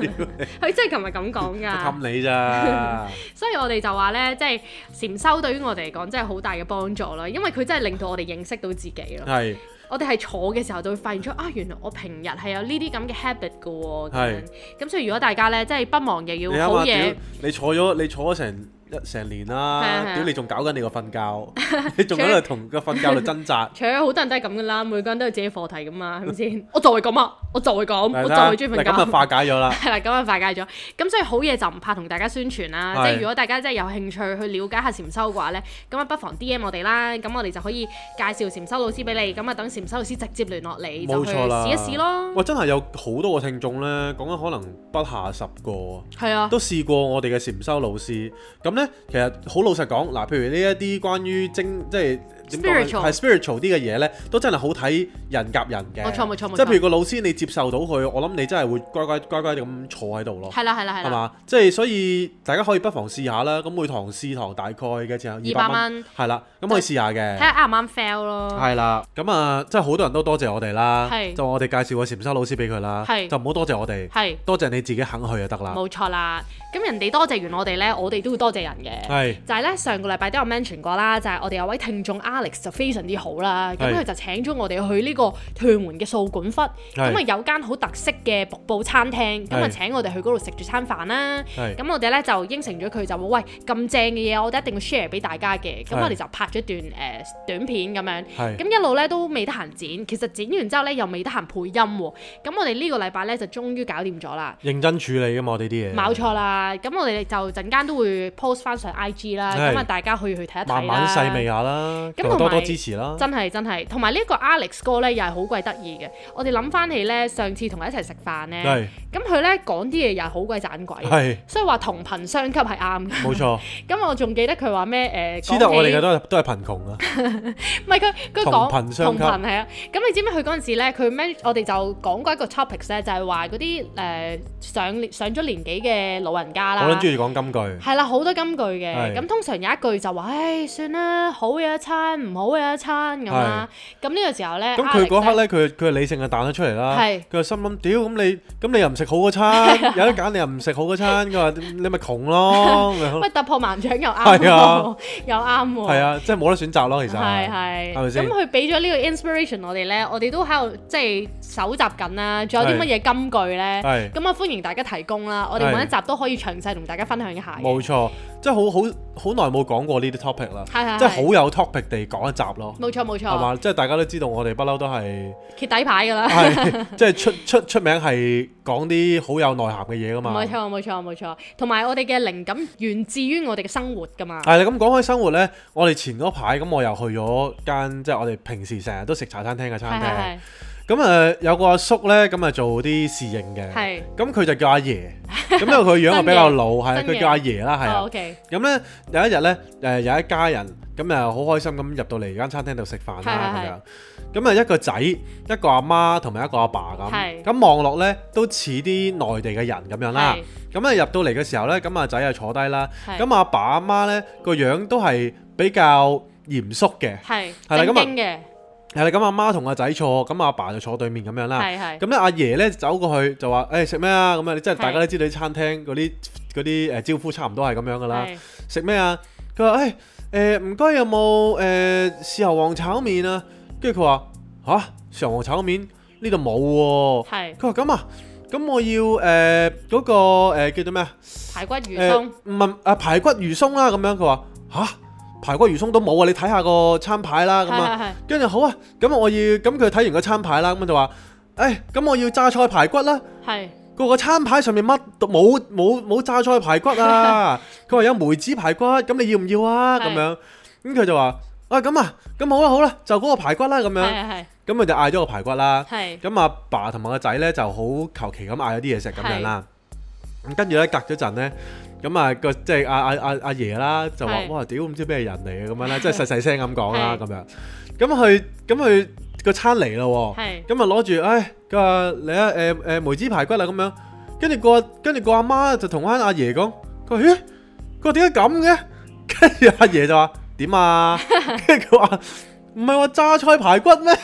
[SPEAKER 4] 佢真係琴日咁 講
[SPEAKER 1] 我
[SPEAKER 4] 㗎，
[SPEAKER 1] 氹你咋，
[SPEAKER 4] 所以我哋就話呢，即係禪修對於我哋嚟講真係好大嘅幫助啦，因為佢真係令到我哋認識到自己咯。
[SPEAKER 1] 係
[SPEAKER 4] 我哋係坐嘅時候就會發現出啊，原來我平日係有呢啲咁嘅 habit 㗎喎。咁
[SPEAKER 1] 係
[SPEAKER 4] 樣咁所以如果大家呢，真係不忘又
[SPEAKER 1] 你
[SPEAKER 4] 要
[SPEAKER 1] 啱
[SPEAKER 4] 好
[SPEAKER 1] 啱
[SPEAKER 4] 嘢
[SPEAKER 1] 屌，你坐咗你坐咗成。一成年
[SPEAKER 4] 係啊係
[SPEAKER 1] 啦，
[SPEAKER 4] 啊
[SPEAKER 1] 屌你仲搞緊你個瞓 覺，你仲喺度同個瞓覺度掙扎。
[SPEAKER 4] 除咗好多人都係咁㗎啦，每個人都有自己課題㗎嘛，係咪先？我就係咁啊，我就係咁， 我就係中意
[SPEAKER 1] 嗱
[SPEAKER 4] 瞓
[SPEAKER 1] 咁啊
[SPEAKER 4] 覺
[SPEAKER 1] 就。化解咗啦。
[SPEAKER 4] 係啦，咁啊化解咗。咁所以好嘢就唔怕同大家宣傳啦。
[SPEAKER 1] 係
[SPEAKER 4] 即係如果大家真係有興趣去了解下禪修嘅話呢，咁啊不妨 D M 我哋啦。咁我哋就可以介紹禪修老師俾你。咁啊等禪修老師直接聯絡你，
[SPEAKER 1] 冇
[SPEAKER 4] 就去
[SPEAKER 1] 錯啦，
[SPEAKER 4] 試一試咯。
[SPEAKER 1] 哇！真係有好多個聽眾呢，講緊可能不下十個啊，
[SPEAKER 4] 係啊，
[SPEAKER 1] 都試過我哋嘅禪修老師。咁呢，其實好老實講，嗱，譬如呢一啲關於精，即係點講呢
[SPEAKER 4] Spiritual
[SPEAKER 1] 係 spiritual 啲嘅嘢呢，都真係好睇人夾人嘅。
[SPEAKER 4] 冇錯冇錯冇錯
[SPEAKER 1] 即係譬如個老師你接受到佢，我諗你真係會乖乖乖乖地咁坐喺度咯。
[SPEAKER 4] 係啦係啦係
[SPEAKER 1] 係
[SPEAKER 4] 啦，
[SPEAKER 1] 嘛？即係所以大家可以不妨試下啦。咁每堂試堂大概嘅錢二百
[SPEAKER 4] 200蚊，
[SPEAKER 1] 係啦，咁可以試下嘅
[SPEAKER 4] 睇。下啱唔啱 fail 咯。
[SPEAKER 1] 係啦，咁啊，真係好多人都多謝我哋啦，
[SPEAKER 4] 係
[SPEAKER 1] 就我哋介紹個禪修老師俾佢啦，
[SPEAKER 4] 係
[SPEAKER 1] 就唔好多謝我哋，
[SPEAKER 4] 係。
[SPEAKER 1] 多謝你自己肯去就得啦。
[SPEAKER 4] 冇錯啦，咁人哋多謝完我哋呢，我哋都要多謝人嘅。
[SPEAKER 1] 係
[SPEAKER 4] 就係咧，上個禮拜都有 mention 過啦，就係、我哋有位聽眾 Alex 就非常之好啦，咁
[SPEAKER 1] 係
[SPEAKER 4] 佢就請咗我哋去呢個屯門嘅掃管笏，咁啊有間好特色嘅瀑布餐廳，咁
[SPEAKER 1] 係
[SPEAKER 4] 啊請我哋去嗰度食住餐飯啦。
[SPEAKER 1] 係
[SPEAKER 4] 咁我哋咧就應承咗佢就話：喂，咁正嘅嘢，我哋一定要 share 俾大家嘅。咁
[SPEAKER 1] 係
[SPEAKER 4] 我哋就拍咗段誒、呃短片咁樣。
[SPEAKER 1] 係
[SPEAKER 4] 咁一路咧都未得閒剪，其實剪完之後咧又未得閒配音喎。咁我哋呢個禮拜咧就終於搞掂咗啦。
[SPEAKER 1] 認真處理噶嘛，我哋啲嘢，
[SPEAKER 4] 冇錯啦，咁我哋就陣間都會 post 翻上 IG 啦，
[SPEAKER 1] 係
[SPEAKER 4] 咁啊大家可以去睇一睇啦。
[SPEAKER 1] 慢慢細味啊下啦，
[SPEAKER 4] 咁
[SPEAKER 1] 求多
[SPEAKER 4] 同埋
[SPEAKER 1] 多支持啦。
[SPEAKER 4] 真係真係，同埋呢個 Alex 哥咧又係好鬼得意嘅。我哋諗翻起咧，上次同佢一齊食飯咧
[SPEAKER 1] 係，
[SPEAKER 4] 咁佢咧講啲嘢又係好鬼盞鬼，
[SPEAKER 1] 係
[SPEAKER 4] 所以話同頻相吸係啱嘅。
[SPEAKER 1] 冇錯，
[SPEAKER 4] 咁我仲記得佢話咩誒？
[SPEAKER 1] 黐得我哋嘅
[SPEAKER 4] 講
[SPEAKER 1] 都係都係貧窮啊，
[SPEAKER 4] 起唔係佢佢
[SPEAKER 1] 同
[SPEAKER 4] 講
[SPEAKER 1] 頻相吸
[SPEAKER 4] 同頻係啊。咁你知唔知佢嗰陣時咧？佢咩？我哋就講過一個 topics 咧，就係話嗰啲誒上上咗年紀嘅老人家啦。
[SPEAKER 1] 我諗中意講金句，
[SPEAKER 4] 係啦，好多金句嘅。
[SPEAKER 1] 係
[SPEAKER 4] 咁通常有一句就話：，唉，算啦，好嘢一餐，唔好嘢一餐咁啦。咁呢個時候咧，
[SPEAKER 1] 咁佢嗰
[SPEAKER 4] Alex 啊
[SPEAKER 1] 刻咧，佢佢理性就彈咗出嚟啦，
[SPEAKER 4] 係啊
[SPEAKER 1] 佢就心諗：屌咁你咁你又唔食好嗰餐，有得揀你又唔食好嗰餐，佢話你咪窮 咯，咁樣
[SPEAKER 4] 喂突破盲腸又啱
[SPEAKER 1] 係啊
[SPEAKER 4] 喎， 又啱 喎。
[SPEAKER 1] 係啊，即係冇得選擇咯，其實
[SPEAKER 4] 係係，
[SPEAKER 1] 係咪先
[SPEAKER 4] 咁？佢俾咗呢個 inspiration 我哋咧，我哋都喺度即係搜集緊啦，仲有啲乜嘢金句咧？
[SPEAKER 1] 係
[SPEAKER 4] 咁啊，歡迎大家提供啦，我哋
[SPEAKER 1] 係
[SPEAKER 4] 每一集都可以詳細同大家分享一下嘅。
[SPEAKER 1] 冇錯，即係好好好耐冇講過呢啲 topic 啦，
[SPEAKER 4] 係係係
[SPEAKER 1] 即係好有 topic 地講一集咯，
[SPEAKER 4] 冇錯冇
[SPEAKER 1] 係
[SPEAKER 4] 錯，
[SPEAKER 1] 嘛？即係大家都知道我哋不嬲都係
[SPEAKER 4] 揭底牌㗎啦。
[SPEAKER 1] 係即係出出出名係講啲好有內涵嘅嘢噶嘛。
[SPEAKER 4] 冇錯冇錯冇錯，同埋我哋嘅靈感源自於我哋嘅生活㗎嘛。
[SPEAKER 1] 係啦，咁講開生活呢，我哋前嗰排咁我又去咗間即係我哋平時成日都食茶餐廳嘅餐
[SPEAKER 4] 係係
[SPEAKER 1] 廳，呃咁誒有個阿叔呢，咁啊做啲侍應嘅
[SPEAKER 4] 係，
[SPEAKER 1] 咁佢就叫阿爺，咁因為佢樣又比較老，係啊
[SPEAKER 4] 真嘅
[SPEAKER 1] 佢叫阿爺啦，係
[SPEAKER 4] 哦
[SPEAKER 1] 啊。
[SPEAKER 4] ，OK，
[SPEAKER 1] 咁咧有一日咧，誒有一家人咁啊好開心咁入到嚟間餐廳度食飯啦咁樣。咁啊一個仔、一個阿媽同埋一個阿爸咁。
[SPEAKER 4] 係
[SPEAKER 1] 咁望落咧都似啲內地嘅人咁樣啦。
[SPEAKER 4] 係
[SPEAKER 1] 咁啊入到嚟嘅時候咧，咁阿仔啊坐低啦。
[SPEAKER 4] 係
[SPEAKER 1] 咁阿爸阿媽咧個樣都係比較嚴肅嘅。
[SPEAKER 4] 係
[SPEAKER 1] 係啦咁
[SPEAKER 4] 正
[SPEAKER 1] 啊
[SPEAKER 4] 經嘅，
[SPEAKER 1] 係啦，咁阿媽同阿仔坐，咁阿爸就坐對面咁樣啦。
[SPEAKER 4] 係係
[SPEAKER 1] 啊咁咧，阿爺咧走過去就話：，誒食咩啊？咁啊，你真係
[SPEAKER 4] 係
[SPEAKER 1] 大家都知道啲餐廳嗰啲嗰啲誒招呼差唔多係咁樣噶啦。
[SPEAKER 4] 係
[SPEAKER 1] 食咩啊？佢話：，誒誒唔該，有冇誒豉油皇炒面啊？跟住佢話：吓，豉油皇炒面呢度冇喎。
[SPEAKER 4] 係
[SPEAKER 1] 佢話：咁啊，咁我要誒嗰個誒叫做咩啊？
[SPEAKER 4] 排骨魚
[SPEAKER 1] 誒
[SPEAKER 4] 鬆，
[SPEAKER 1] 唔係啊排骨魚鬆啦咁樣。佢話：吓，排骨魚鬆都冇啊！你睇下個餐牌啦咁
[SPEAKER 4] 係
[SPEAKER 1] 啊。
[SPEAKER 4] 係係
[SPEAKER 1] 跟住好啊，咁我要咁佢睇完個餐牌啦，咁就話：，誒，咁我要榨菜排骨啦。
[SPEAKER 4] 係
[SPEAKER 1] 個個餐牌上面乜都冇冇冇榨菜排骨 啊！佢話有梅子排骨，咁你要唔要啊？
[SPEAKER 4] 係
[SPEAKER 1] 咁樣，咁佢就話：，啊咁啊，咁好啦好啦，就嗰個排骨啦咁
[SPEAKER 4] 係
[SPEAKER 1] 樣。啊
[SPEAKER 4] 係
[SPEAKER 1] 咁佢就嗌咗個排骨啦。
[SPEAKER 4] 係
[SPEAKER 1] 咁阿爸同埋個仔咧就好求其咁嗌咗啲嘢食咁樣啦。咁跟住咧隔咗陣咧，咁啊個即係阿阿阿阿爺啦，就話
[SPEAKER 4] 係
[SPEAKER 1] 哇屌唔知咩人嚟嘅咁樣啦，即係細細聲咁講啦
[SPEAKER 4] 係
[SPEAKER 1] 咁樣。咁佢咁佢個餐嚟咯喎，
[SPEAKER 4] 係
[SPEAKER 1] 咁啊攞住唉佢話嚟啊誒誒梅子排骨啦咁樣。跟住個跟住個阿媽就同翻阿爺講，佢話咦佢話點解咁嘅？跟住阿爺就話點啊？跟住佢話唔係話榨菜排骨咩？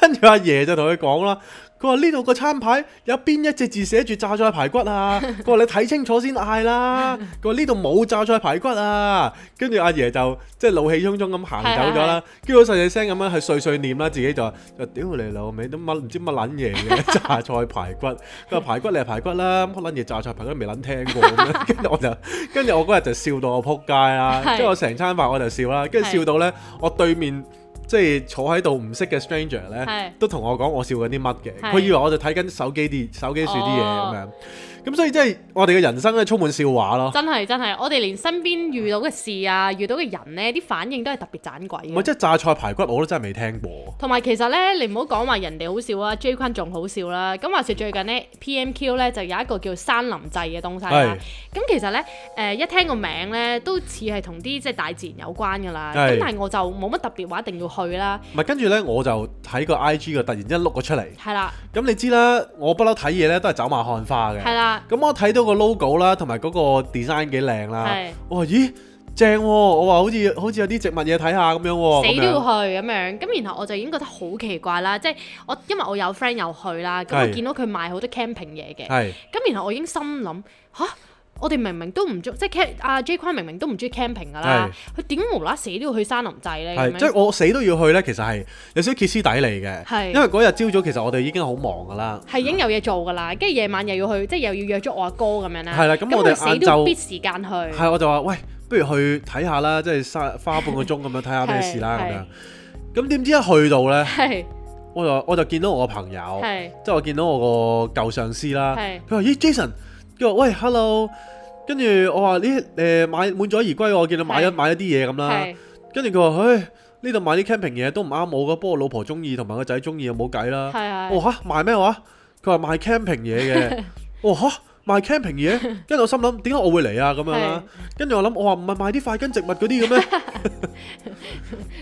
[SPEAKER 1] 跟住阿爺就同佢講啦，佢話呢度個餐牌有邊一隻字寫住榨菜排骨啊？佢話你睇清楚先嗌啦。佢話呢度冇榨菜排骨啊。跟住阿爺就即係怒氣沖沖咁行走咗啦。跟住佢細細聲咁樣係碎碎念啦，自己就話：就屌你老味，都乜唔知乜撚嘢嘅 榨菜排骨。佢話排骨你係排骨啦，乜撚嘢榨菜排骨都未撚聽過咁樣。跟住我就跟住我嗰日就笑到我撲街啦，跟
[SPEAKER 4] 係
[SPEAKER 1] 住我成餐飯我就笑啦，跟住
[SPEAKER 4] 係
[SPEAKER 1] 笑到咧我對面。即係坐喺度唔識嘅 stranger 咧
[SPEAKER 4] 係，
[SPEAKER 1] 都同我講我笑緊啲乜嘅，
[SPEAKER 4] 係
[SPEAKER 1] 佢以為我就睇緊手機啲手機樹啲嘢咁樣
[SPEAKER 4] 哦，
[SPEAKER 1] 咁所以即係我哋嘅人生咧充滿笑話咯，
[SPEAKER 4] 真係真係，我哋連身邊遇到嘅事啊，遇到嘅人呢啲反應都係特別盞鬼
[SPEAKER 1] 唔係
[SPEAKER 4] 嘅。
[SPEAKER 1] 即係榨菜排骨我都真係未聽過，
[SPEAKER 4] 同埋其實呢，你唔好講話人哋好笑啊，J 君仲好笑啦。咁話說最近呢 PMQ 呢就有一個叫山林祭嘅東西啦
[SPEAKER 1] 係。
[SPEAKER 4] 咁其實呢，誒、一聽個名呢都似係同啲即係大自然有關㗎啦。
[SPEAKER 1] 係
[SPEAKER 4] 咁但係我就冇乜特別話一定要去啦，
[SPEAKER 1] 唔係跟住咧我就喺個 IG 度突然之間碌咗出嚟，
[SPEAKER 4] 係啦，
[SPEAKER 1] 咁你知啦，我不嬲睇嘢咧都係走馬看花嘅，
[SPEAKER 4] 係啦，
[SPEAKER 1] 咁我睇到個 logo 啦，同埋嗰個 design 幾靚啦
[SPEAKER 4] 係，
[SPEAKER 1] 我話咦正喎，我話好似好似有啲植物嘢睇下咁樣喎，咁
[SPEAKER 4] 死都要
[SPEAKER 1] 樣
[SPEAKER 4] 去咁樣。咁然後我就已經覺得好奇怪啦，即係我因為我有 friend 有去啦，咁我
[SPEAKER 1] 係
[SPEAKER 4] 見到佢賣好多 camping 嘢嘅。
[SPEAKER 1] 係
[SPEAKER 4] 咁然後我已經心諗吓，我哋明明都唔中，即係 ca- 阿 J 坤明明都唔中意 camping 噶啦，佢點無啦啦死都要去山林祭咧？咁
[SPEAKER 1] 係，
[SPEAKER 4] 樣
[SPEAKER 1] 即係我死都要去呢，其實係有少少歇斯底里嘅。
[SPEAKER 4] 係
[SPEAKER 1] 因為嗰日朝早其實我哋已經好忙噶啦。
[SPEAKER 4] 係已經有嘢做噶啦，跟住夜晚又要去，即係又要約咗我阿哥咁樣啦。
[SPEAKER 1] 係啦咁我哋
[SPEAKER 4] 佢死都
[SPEAKER 1] 晏晝
[SPEAKER 4] 要逼時間去。
[SPEAKER 1] 係，我就話喂，不如去睇下啦，即係嘥花半個鐘咁樣睇下咩事啦
[SPEAKER 4] 係
[SPEAKER 1] 咁樣。咁點知一去到呢，
[SPEAKER 4] 係
[SPEAKER 1] 我就我就見到我個朋友，
[SPEAKER 4] 係
[SPEAKER 1] 即係我見到我個舊上司啦。
[SPEAKER 4] 係
[SPEAKER 1] 佢話：咦，Jason，佢話喂，hello。跟住我話：呢誒買滿載而歸喎，我見到買咗
[SPEAKER 4] 係
[SPEAKER 1] 買咗啲嘢咁啦。
[SPEAKER 4] 係
[SPEAKER 1] 跟住佢話：唉，呢度買啲 camping 嘢都唔啱我嘅，不過我老婆中意同埋個仔中意，冇計啦。
[SPEAKER 4] 係
[SPEAKER 1] 我
[SPEAKER 4] 係
[SPEAKER 1] 話吓賣咩話？佢話賣 camping 嘢嘅。我話吓賣 camping 嘢，跟住我心諗點解我會嚟啊咁樣啦
[SPEAKER 4] 係。
[SPEAKER 1] 跟住我諗我話唔係賣啲塊根植物嗰啲嘅 咩？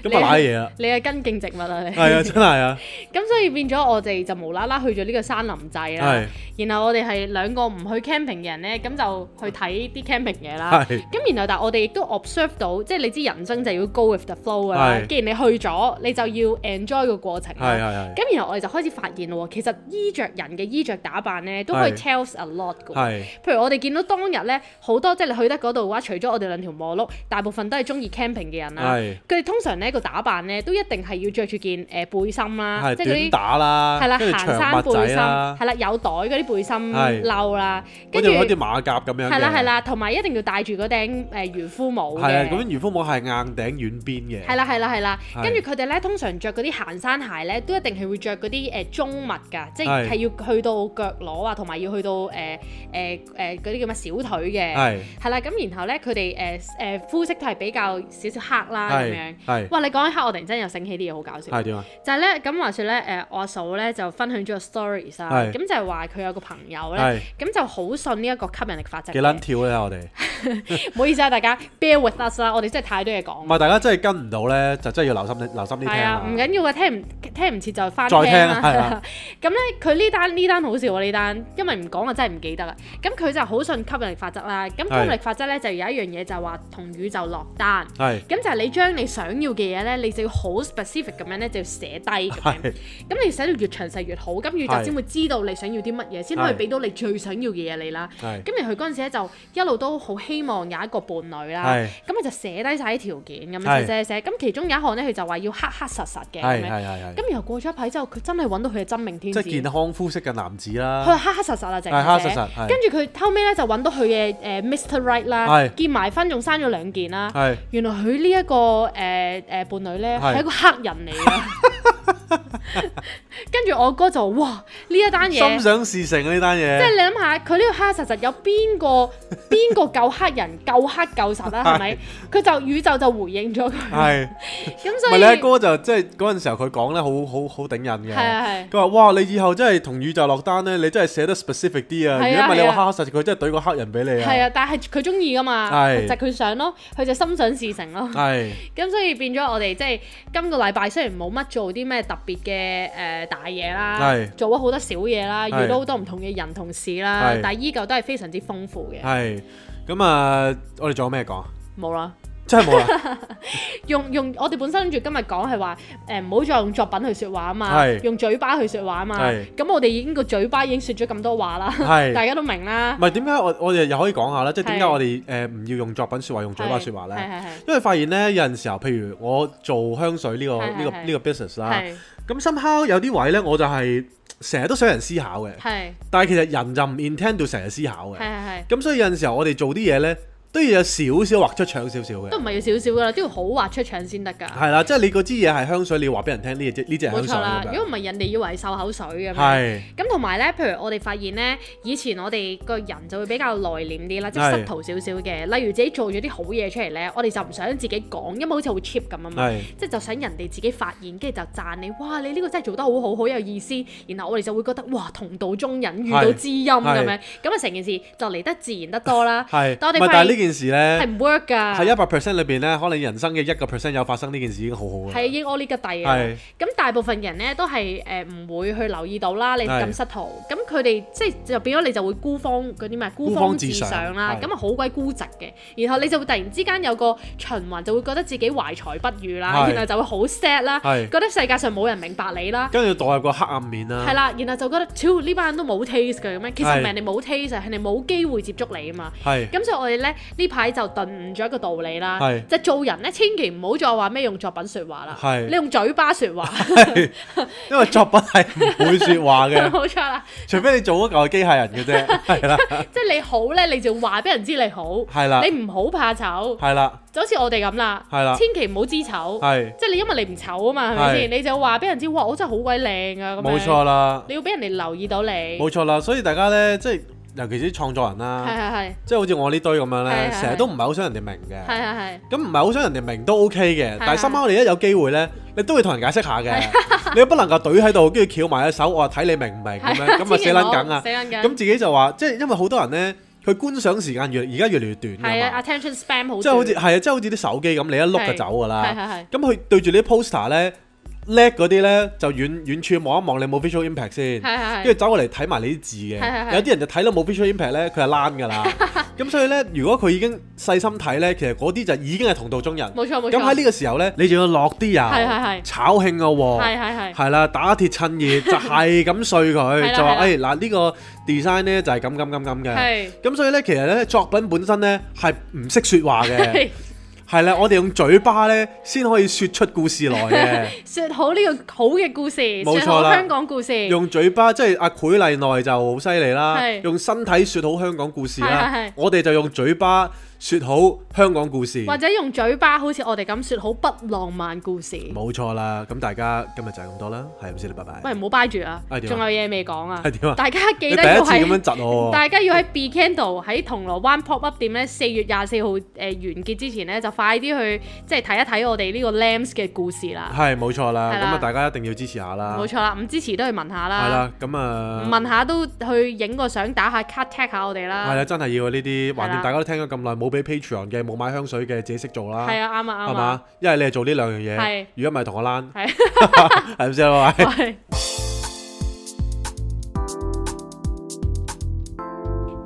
[SPEAKER 1] 咁啊賴嘢啦，
[SPEAKER 4] 你係跟進植物啊你。
[SPEAKER 1] 係啊真係啊，
[SPEAKER 4] 咁所以變咗我哋就無啦啦去咗呢個山林祭啦
[SPEAKER 1] 係。
[SPEAKER 4] 然後我哋係兩個唔去 camping 嘅人咧，咁就去睇啲 camping 嘢啦。
[SPEAKER 1] 係
[SPEAKER 4] 咁然後但係我哋亦都 observe 到，即係你知人生就要 go with the flow 㗎啦
[SPEAKER 1] 係。
[SPEAKER 4] 既然你去咗，你就要 enjoy 個過程
[SPEAKER 1] 係
[SPEAKER 4] 啦。
[SPEAKER 1] 係係
[SPEAKER 4] 咁然後我哋就開始發現喎，其實衣着人嘅衣着打扮咧，都可以
[SPEAKER 1] 係
[SPEAKER 4] tells a lot 㗎喎。
[SPEAKER 1] 係
[SPEAKER 4] 譬如我哋見到當日咧，好多即係你去得嗰度嘅話，除咗我哋兩條磨碌，大部分都係中意 camping 嘅人啊啦。
[SPEAKER 1] 係
[SPEAKER 4] 佢哋通常咧個打扮咧，都一定係要着住件誒、呃背心啦，
[SPEAKER 1] 係
[SPEAKER 4] 即係嗰
[SPEAKER 1] 短
[SPEAKER 4] 啲。
[SPEAKER 1] 打啦
[SPEAKER 4] 係，啦，
[SPEAKER 1] 跟住
[SPEAKER 4] 行
[SPEAKER 1] 長
[SPEAKER 4] 山背
[SPEAKER 1] 襪仔
[SPEAKER 4] 心，
[SPEAKER 1] 啦，
[SPEAKER 4] 係啦，有袋嗰啲背心
[SPEAKER 1] 係
[SPEAKER 4] 褸啦，
[SPEAKER 1] 跟
[SPEAKER 4] 跟
[SPEAKER 1] 住
[SPEAKER 4] 住
[SPEAKER 1] 好似馬甲咁樣嘅。
[SPEAKER 4] 係啦係啦，同埋一定要戴住嗰頂誒呃漁夫帽
[SPEAKER 1] 係啊，
[SPEAKER 4] 嘅
[SPEAKER 1] 咁。漁夫帽係硬頂軟邊嘅。
[SPEAKER 4] 係啦係啦係啦，
[SPEAKER 1] 係
[SPEAKER 4] 跟住佢哋咧通常着嗰啲行山鞋咧，都一定係會着嗰啲誒中襪㗎，即
[SPEAKER 1] 係
[SPEAKER 4] 係係要去到腳踝啊，同埋要去到誒誒誒嗰啲叫咩小腿嘅。
[SPEAKER 1] 係
[SPEAKER 4] 呃係啦，咁然後咧佢哋誒誒膚色都係比較少少黑啦，咁樣。
[SPEAKER 1] 係係
[SPEAKER 4] 哇！你講一刻，我突然間又醒起啲嘢好搞笑。
[SPEAKER 1] 係點啊？
[SPEAKER 4] 就係咧，咁話說咧，誒、我阿嫂咧就分享咗個 stories 啦，
[SPEAKER 1] 係
[SPEAKER 4] 咁就係話佢有個朋友
[SPEAKER 1] 係
[SPEAKER 4] 咧，咁就好信呢一個吸引力法則
[SPEAKER 1] 幾撚
[SPEAKER 4] 嘅。
[SPEAKER 1] 跳咧我哋，
[SPEAKER 4] 唔好意思啊，大家 bear with us 啦，我哋真係太多嘢
[SPEAKER 1] 唔
[SPEAKER 4] 講。
[SPEAKER 1] 係大家真係跟唔到咧，就真係要留心啲留心啲聽
[SPEAKER 4] 係啊，
[SPEAKER 1] 啊
[SPEAKER 4] 唔緊要嘅，聽唔聽唔切就翻
[SPEAKER 1] 再
[SPEAKER 4] 聽
[SPEAKER 1] 聽係
[SPEAKER 4] 啦
[SPEAKER 1] 啊。
[SPEAKER 4] 咁咧，佢呢單呢單好笑喎，呢單，因為唔講啊真係唔記得啦。咁佢就好信吸引力法則啦。咁吸引力法則咧就有一樣嘢就係話同宇宙落單。
[SPEAKER 1] 係
[SPEAKER 4] 咁就係你將你想要嘅嘢咧，你就要好 specific 咁樣咧，就要寫低咁 樣
[SPEAKER 1] 係。
[SPEAKER 4] 咁你寫到越詳細越好，咁宇宙
[SPEAKER 1] 係
[SPEAKER 4] 先會知道你想要啲乜嘢，先可以
[SPEAKER 1] 係
[SPEAKER 4] 俾到你最想要嘅嘢你啦。
[SPEAKER 1] 係
[SPEAKER 4] 咁而佢嗰陣時咧就一路都好希望有一個伴侶啦
[SPEAKER 1] 係。
[SPEAKER 4] 咁佢就寫低晒啲條件咁樣
[SPEAKER 1] 係
[SPEAKER 4] 寫寫寫。咁其中有一項咧，佢就話要黑黑實實嘅咁
[SPEAKER 1] 係
[SPEAKER 4] 樣。
[SPEAKER 1] 係係係，
[SPEAKER 4] 咁然後過咗一排之後，佢真係揾到佢嘅真命天
[SPEAKER 1] 即
[SPEAKER 4] 子。
[SPEAKER 1] 係健
[SPEAKER 4] 佢
[SPEAKER 1] 康膚色嘅男子
[SPEAKER 4] 係
[SPEAKER 1] 啦，
[SPEAKER 4] 黑黑實啊實啦，淨
[SPEAKER 1] 係
[SPEAKER 4] 係
[SPEAKER 1] 黑實
[SPEAKER 4] 寫
[SPEAKER 1] 實係
[SPEAKER 4] 跟住佢後尾咧就揾到佢嘅誒 Mr. Right 啦
[SPEAKER 1] 係，
[SPEAKER 4] 結埋婚仲生咗兩件啦。
[SPEAKER 1] 係
[SPEAKER 4] 原來佢呢一個誒誒、呃呃伴侶咧
[SPEAKER 1] 係
[SPEAKER 4] 係一個黑人嚟嘅， 跟住我哥就哇呢一單嘢，
[SPEAKER 1] 心
[SPEAKER 4] 即
[SPEAKER 1] 想事成啊呢單
[SPEAKER 4] 係
[SPEAKER 1] 嘢，
[SPEAKER 4] 你諗下佢呢個黑實實有 邊個邊個夠黑人夠黑夠實啦，係咪？佢就宇宙就回應咗佢，
[SPEAKER 1] 係。
[SPEAKER 4] 咁
[SPEAKER 1] 唔
[SPEAKER 4] 所
[SPEAKER 1] 係
[SPEAKER 4] 以
[SPEAKER 1] 你阿哥就即係嗰陣時候佢講咧，好好好頂癮
[SPEAKER 4] 係啊
[SPEAKER 1] 嘅。
[SPEAKER 4] 係
[SPEAKER 1] 佢話：哇！你以後真係同宇宙落單咧，你真係寫得 specific 啲啊！
[SPEAKER 4] 係
[SPEAKER 1] 如
[SPEAKER 4] 啊
[SPEAKER 1] 果唔係你話
[SPEAKER 4] 係啊
[SPEAKER 1] 黑黑實實，佢真係懟個黑人俾你啊！
[SPEAKER 4] 係啊，但係佢中意噶嘛，
[SPEAKER 1] 係
[SPEAKER 4] 就佢想咯，佢就心想事成咯。
[SPEAKER 1] 係
[SPEAKER 4] 咁所以變咗我哋即係今個禮拜雖然冇乜做啲咩特別嘅誒、呃大嘢啦
[SPEAKER 1] 係，
[SPEAKER 4] 做咗好多小嘢啦，遇
[SPEAKER 1] 係
[SPEAKER 4] 到好多唔同嘅人同事啦
[SPEAKER 1] 係，
[SPEAKER 4] 但係依舊都係非常之豐富嘅。
[SPEAKER 1] 係咁啊！我哋仲有咩講啊？
[SPEAKER 4] 冇啦，
[SPEAKER 1] 真係冇 啦，
[SPEAKER 4] 用用我哋本身諗住今日講係話誒唔好再用作品去説話啊嘛，
[SPEAKER 1] 係
[SPEAKER 4] 用嘴巴去説話啊嘛。
[SPEAKER 1] 係
[SPEAKER 4] 咁我哋已經個嘴巴已經説咗咁多話啦，
[SPEAKER 1] 係
[SPEAKER 4] 大家都明啦
[SPEAKER 1] 唔。係點解我我哋又可以講下啦？即係點解
[SPEAKER 4] 係
[SPEAKER 1] 我哋誒唔要用作品説話，用嘴巴説話
[SPEAKER 4] 係
[SPEAKER 1] 咧？
[SPEAKER 4] 係
[SPEAKER 1] 因為發現咧有陣時候，譬如我做香水呢個
[SPEAKER 4] 係係
[SPEAKER 1] 呢個
[SPEAKER 4] 係
[SPEAKER 1] 呢個 business 啦，
[SPEAKER 4] 係
[SPEAKER 1] 咁 somehow 有啲位咧我就係成日都想人思考嘅
[SPEAKER 4] 係，係
[SPEAKER 1] 但係其實人就唔 intend 到成日思考
[SPEAKER 4] 係
[SPEAKER 1] 嘅。
[SPEAKER 4] 係係，
[SPEAKER 1] 咁所以有陣時候我哋做啲嘢呢，都要有少少畫出腸少少
[SPEAKER 4] 都
[SPEAKER 1] 嘅。
[SPEAKER 4] 唔係要少少噶啦，都要好畫出腸先得㗎。
[SPEAKER 1] 係啦，即係你嗰支嘢係香水，你要話俾人聽呢隻呢隻
[SPEAKER 4] 冇
[SPEAKER 1] 係
[SPEAKER 4] 錯
[SPEAKER 1] 香，
[SPEAKER 4] 啦
[SPEAKER 1] 水
[SPEAKER 4] 如
[SPEAKER 1] 咁樣。
[SPEAKER 4] 果唔係人哋以為係漱口水咁樣。
[SPEAKER 1] 係
[SPEAKER 4] 咁同埋咧，譬如我哋發現咧，以前我哋個人就會比較內斂啲啦，即係
[SPEAKER 1] 係
[SPEAKER 4] 濕塗少少嘅。例如自己做咗啲好嘢出嚟咧，我哋就唔想自己講，因為好似好 cheap 咁啊嘛
[SPEAKER 1] 係。
[SPEAKER 4] 即係就想人哋自己發現，跟住就讚你，哇！你呢個真係做得好好，好有意思。然後我哋就會覺得，哇！同道中人，遇到知音咁
[SPEAKER 1] 係
[SPEAKER 4] 樣，咁啊成件事就嚟得自然得多啦。
[SPEAKER 1] 係，
[SPEAKER 4] 但
[SPEAKER 1] 唔
[SPEAKER 4] 我哋
[SPEAKER 1] 係
[SPEAKER 4] 發
[SPEAKER 1] 但係呢
[SPEAKER 4] 現
[SPEAKER 1] 件事呢，
[SPEAKER 4] 係唔啊 work 㗎。
[SPEAKER 1] 係一百 percent 裏邊呢，可能人生嘅一個 percent 有發生呢件事已經好好嘅。
[SPEAKER 4] 係已經屙呢個底
[SPEAKER 1] 係
[SPEAKER 4] 嘅。咁大部分人咧都係誒唔會去留意到啦，你
[SPEAKER 1] 係
[SPEAKER 4] 咁失圖，咁佢哋即係就變咗你就會孤芳嗰啲咩孤芳自賞啦，
[SPEAKER 1] 孤芳自賞係
[SPEAKER 4] 咁啊好鬼孤寂嘅，然後你就會突然之間有個循環，就會覺得自己懷才不遇啦，
[SPEAKER 1] 係
[SPEAKER 4] 然後就會好 sad 啦，
[SPEAKER 1] 係
[SPEAKER 4] 覺得世界上冇人明白你啦。
[SPEAKER 1] 跟住代入個黑暗面啦。
[SPEAKER 4] 係啦，然後就覺得，超呢班人都冇 taste 嘅咁樣，其實
[SPEAKER 1] 係
[SPEAKER 4] 唔係人哋冇 taste，啊，係人哋冇機會接觸你啊嘛。
[SPEAKER 1] 係
[SPEAKER 4] 咁所以我哋咧呢排就頓悟咗一個道理啦
[SPEAKER 1] 係，
[SPEAKER 4] 就做人咧千祈唔好再話咩用作品説話啦
[SPEAKER 1] 係，
[SPEAKER 4] 你用嘴巴 説話，
[SPEAKER 1] 因為作品係唔會説話 嘅，
[SPEAKER 4] 冇錯啦。
[SPEAKER 1] 除非你做嗰嚿係機械人嘅啫。 係啦，
[SPEAKER 4] 即係你好咧，你就話俾人知你好，
[SPEAKER 1] 係啦
[SPEAKER 4] 你唔好怕醜，
[SPEAKER 1] 係啦，
[SPEAKER 4] 就好似我哋咁啦，
[SPEAKER 1] 係啦
[SPEAKER 4] 千祈唔好知醜，
[SPEAKER 1] 係
[SPEAKER 4] 即係你因為你唔醜啊嘛，係咪
[SPEAKER 1] 係
[SPEAKER 4] 先？你就話俾人知，哇！我真係好鬼靚啊，咁樣
[SPEAKER 1] 冇錯，啦，
[SPEAKER 4] 你要俾人哋留意到你，
[SPEAKER 1] 冇錯啦。所以大家呢，即係尤其是啲創作人啦
[SPEAKER 4] 係，係係
[SPEAKER 1] 即係好似我呢堆咁樣
[SPEAKER 4] 係
[SPEAKER 1] 咧，
[SPEAKER 4] 係
[SPEAKER 1] 成日都唔係好想人哋明嘅。
[SPEAKER 4] 係係係。
[SPEAKER 1] 咁唔係好想人哋明都 OK 嘅，但係
[SPEAKER 4] 係啊
[SPEAKER 1] 深刻我哋一有機會咧，你都會同人解釋下 嘅。你又不能夠懟喺度，跟住翹埋一手，我話睇你明唔明咁樣， 咁啊死
[SPEAKER 4] 千祈唔好
[SPEAKER 1] 撚緊啊
[SPEAKER 4] 死！撚緊。
[SPEAKER 1] 咁自己就話，即係因為好多人咧，佢觀賞時間越而家越嚟越短
[SPEAKER 4] 係
[SPEAKER 1] 㗎
[SPEAKER 4] 啊
[SPEAKER 1] 嘛，
[SPEAKER 4] ，attention span 好短，
[SPEAKER 1] 即係好似啊係啊，即係好似啲手機咁，你一碌就走㗎
[SPEAKER 4] 係
[SPEAKER 1] 啦。
[SPEAKER 4] 係係
[SPEAKER 1] 咁佢對住呢啲 poster 咧，叻嗰啲咧就遠遠處望一望，你冇 visual impact 先。
[SPEAKER 4] 係係係
[SPEAKER 1] 跟住走過嚟睇埋你啲字
[SPEAKER 4] 係係
[SPEAKER 1] 嘅，
[SPEAKER 4] 係
[SPEAKER 1] 有啲人就睇到冇 visual impact 咧，佢係躝㗎啦。 咁所以咧，如果佢已經細心睇咧，其實嗰啲就已經係同道中人。
[SPEAKER 4] 冇錯冇錯。
[SPEAKER 1] 咁喺呢個時候咧，你就要落啲
[SPEAKER 4] 係係
[SPEAKER 1] 油
[SPEAKER 4] 係，
[SPEAKER 1] 炒興個
[SPEAKER 4] 係
[SPEAKER 1] 鑊，
[SPEAKER 4] 係係。
[SPEAKER 1] 係啦，打鐵趁 熱就係咁碎
[SPEAKER 4] 係
[SPEAKER 1] 佢，
[SPEAKER 4] 啦
[SPEAKER 1] 就話誒
[SPEAKER 4] 係
[SPEAKER 1] 嗱呢個 design 咧就係咁咁咁咁嘅。
[SPEAKER 4] 係
[SPEAKER 1] 咁所以咧，其實咧作品本身咧係唔識説話嘅，
[SPEAKER 4] 係
[SPEAKER 1] 係啦，我哋用嘴巴咧先可以説出故事來嘅。
[SPEAKER 4] 説好呢個好嘅故事，
[SPEAKER 1] 冇
[SPEAKER 4] 説
[SPEAKER 1] 錯
[SPEAKER 4] 好
[SPEAKER 1] 啦
[SPEAKER 4] 香港故事，
[SPEAKER 1] 用嘴巴即係阿許麗奈就好犀利啦，
[SPEAKER 4] 係
[SPEAKER 1] 用身體説好香港故事啦
[SPEAKER 4] 係係係。
[SPEAKER 1] 我哋就用嘴巴說好香港故事，
[SPEAKER 4] 或者用嘴巴好似我哋咁説好不浪漫故事。
[SPEAKER 1] 冇錯啦。咁大家今日就係咁多啦，係咁先啦，拜拜。
[SPEAKER 4] 喂，唔好掰住啊
[SPEAKER 1] 哎，點啊
[SPEAKER 4] 仲有嘢未講啊
[SPEAKER 1] 係點啊！
[SPEAKER 4] 大家記
[SPEAKER 1] 你
[SPEAKER 4] 得
[SPEAKER 1] 第一
[SPEAKER 4] 要
[SPEAKER 1] 次咁樣
[SPEAKER 4] 喺
[SPEAKER 1] 窒我喎，
[SPEAKER 4] 大家要喺 b c a n d l e 喺銅鑼灣 pop up 店咧，四月廿四號誒完結之前咧，就快啲去即係睇一睇我哋呢個 Lambs 嘅故事啦。
[SPEAKER 1] 係冇錯啦。
[SPEAKER 4] 係
[SPEAKER 1] 咁
[SPEAKER 4] 啦
[SPEAKER 1] 啊，大家一定要支持下啦。
[SPEAKER 4] 冇錯啦，唔支持都去問下
[SPEAKER 1] 係
[SPEAKER 4] 啦，
[SPEAKER 1] 啦，咁啊，
[SPEAKER 4] 問下都去影個相打下卡 tag 下我哋
[SPEAKER 1] 係
[SPEAKER 4] 啦。
[SPEAKER 1] 啦，真係要啊呢啲，橫掂
[SPEAKER 4] 係啦
[SPEAKER 1] 大家都聽咗咁耐，冇俾 Patreon 嘅，冇買香水嘅，自己識做啦。
[SPEAKER 4] 係啊，啱啊，
[SPEAKER 1] 係
[SPEAKER 4] 啱啊
[SPEAKER 1] 嘛，？一係你係做呢兩樣嘢
[SPEAKER 4] 係，
[SPEAKER 1] 如果唔係同我躝，
[SPEAKER 4] 係。
[SPEAKER 1] 係咪先啦？拜拜。
[SPEAKER 4] 喂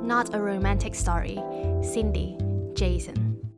[SPEAKER 2] Not a romantic story. Cindy, Jason.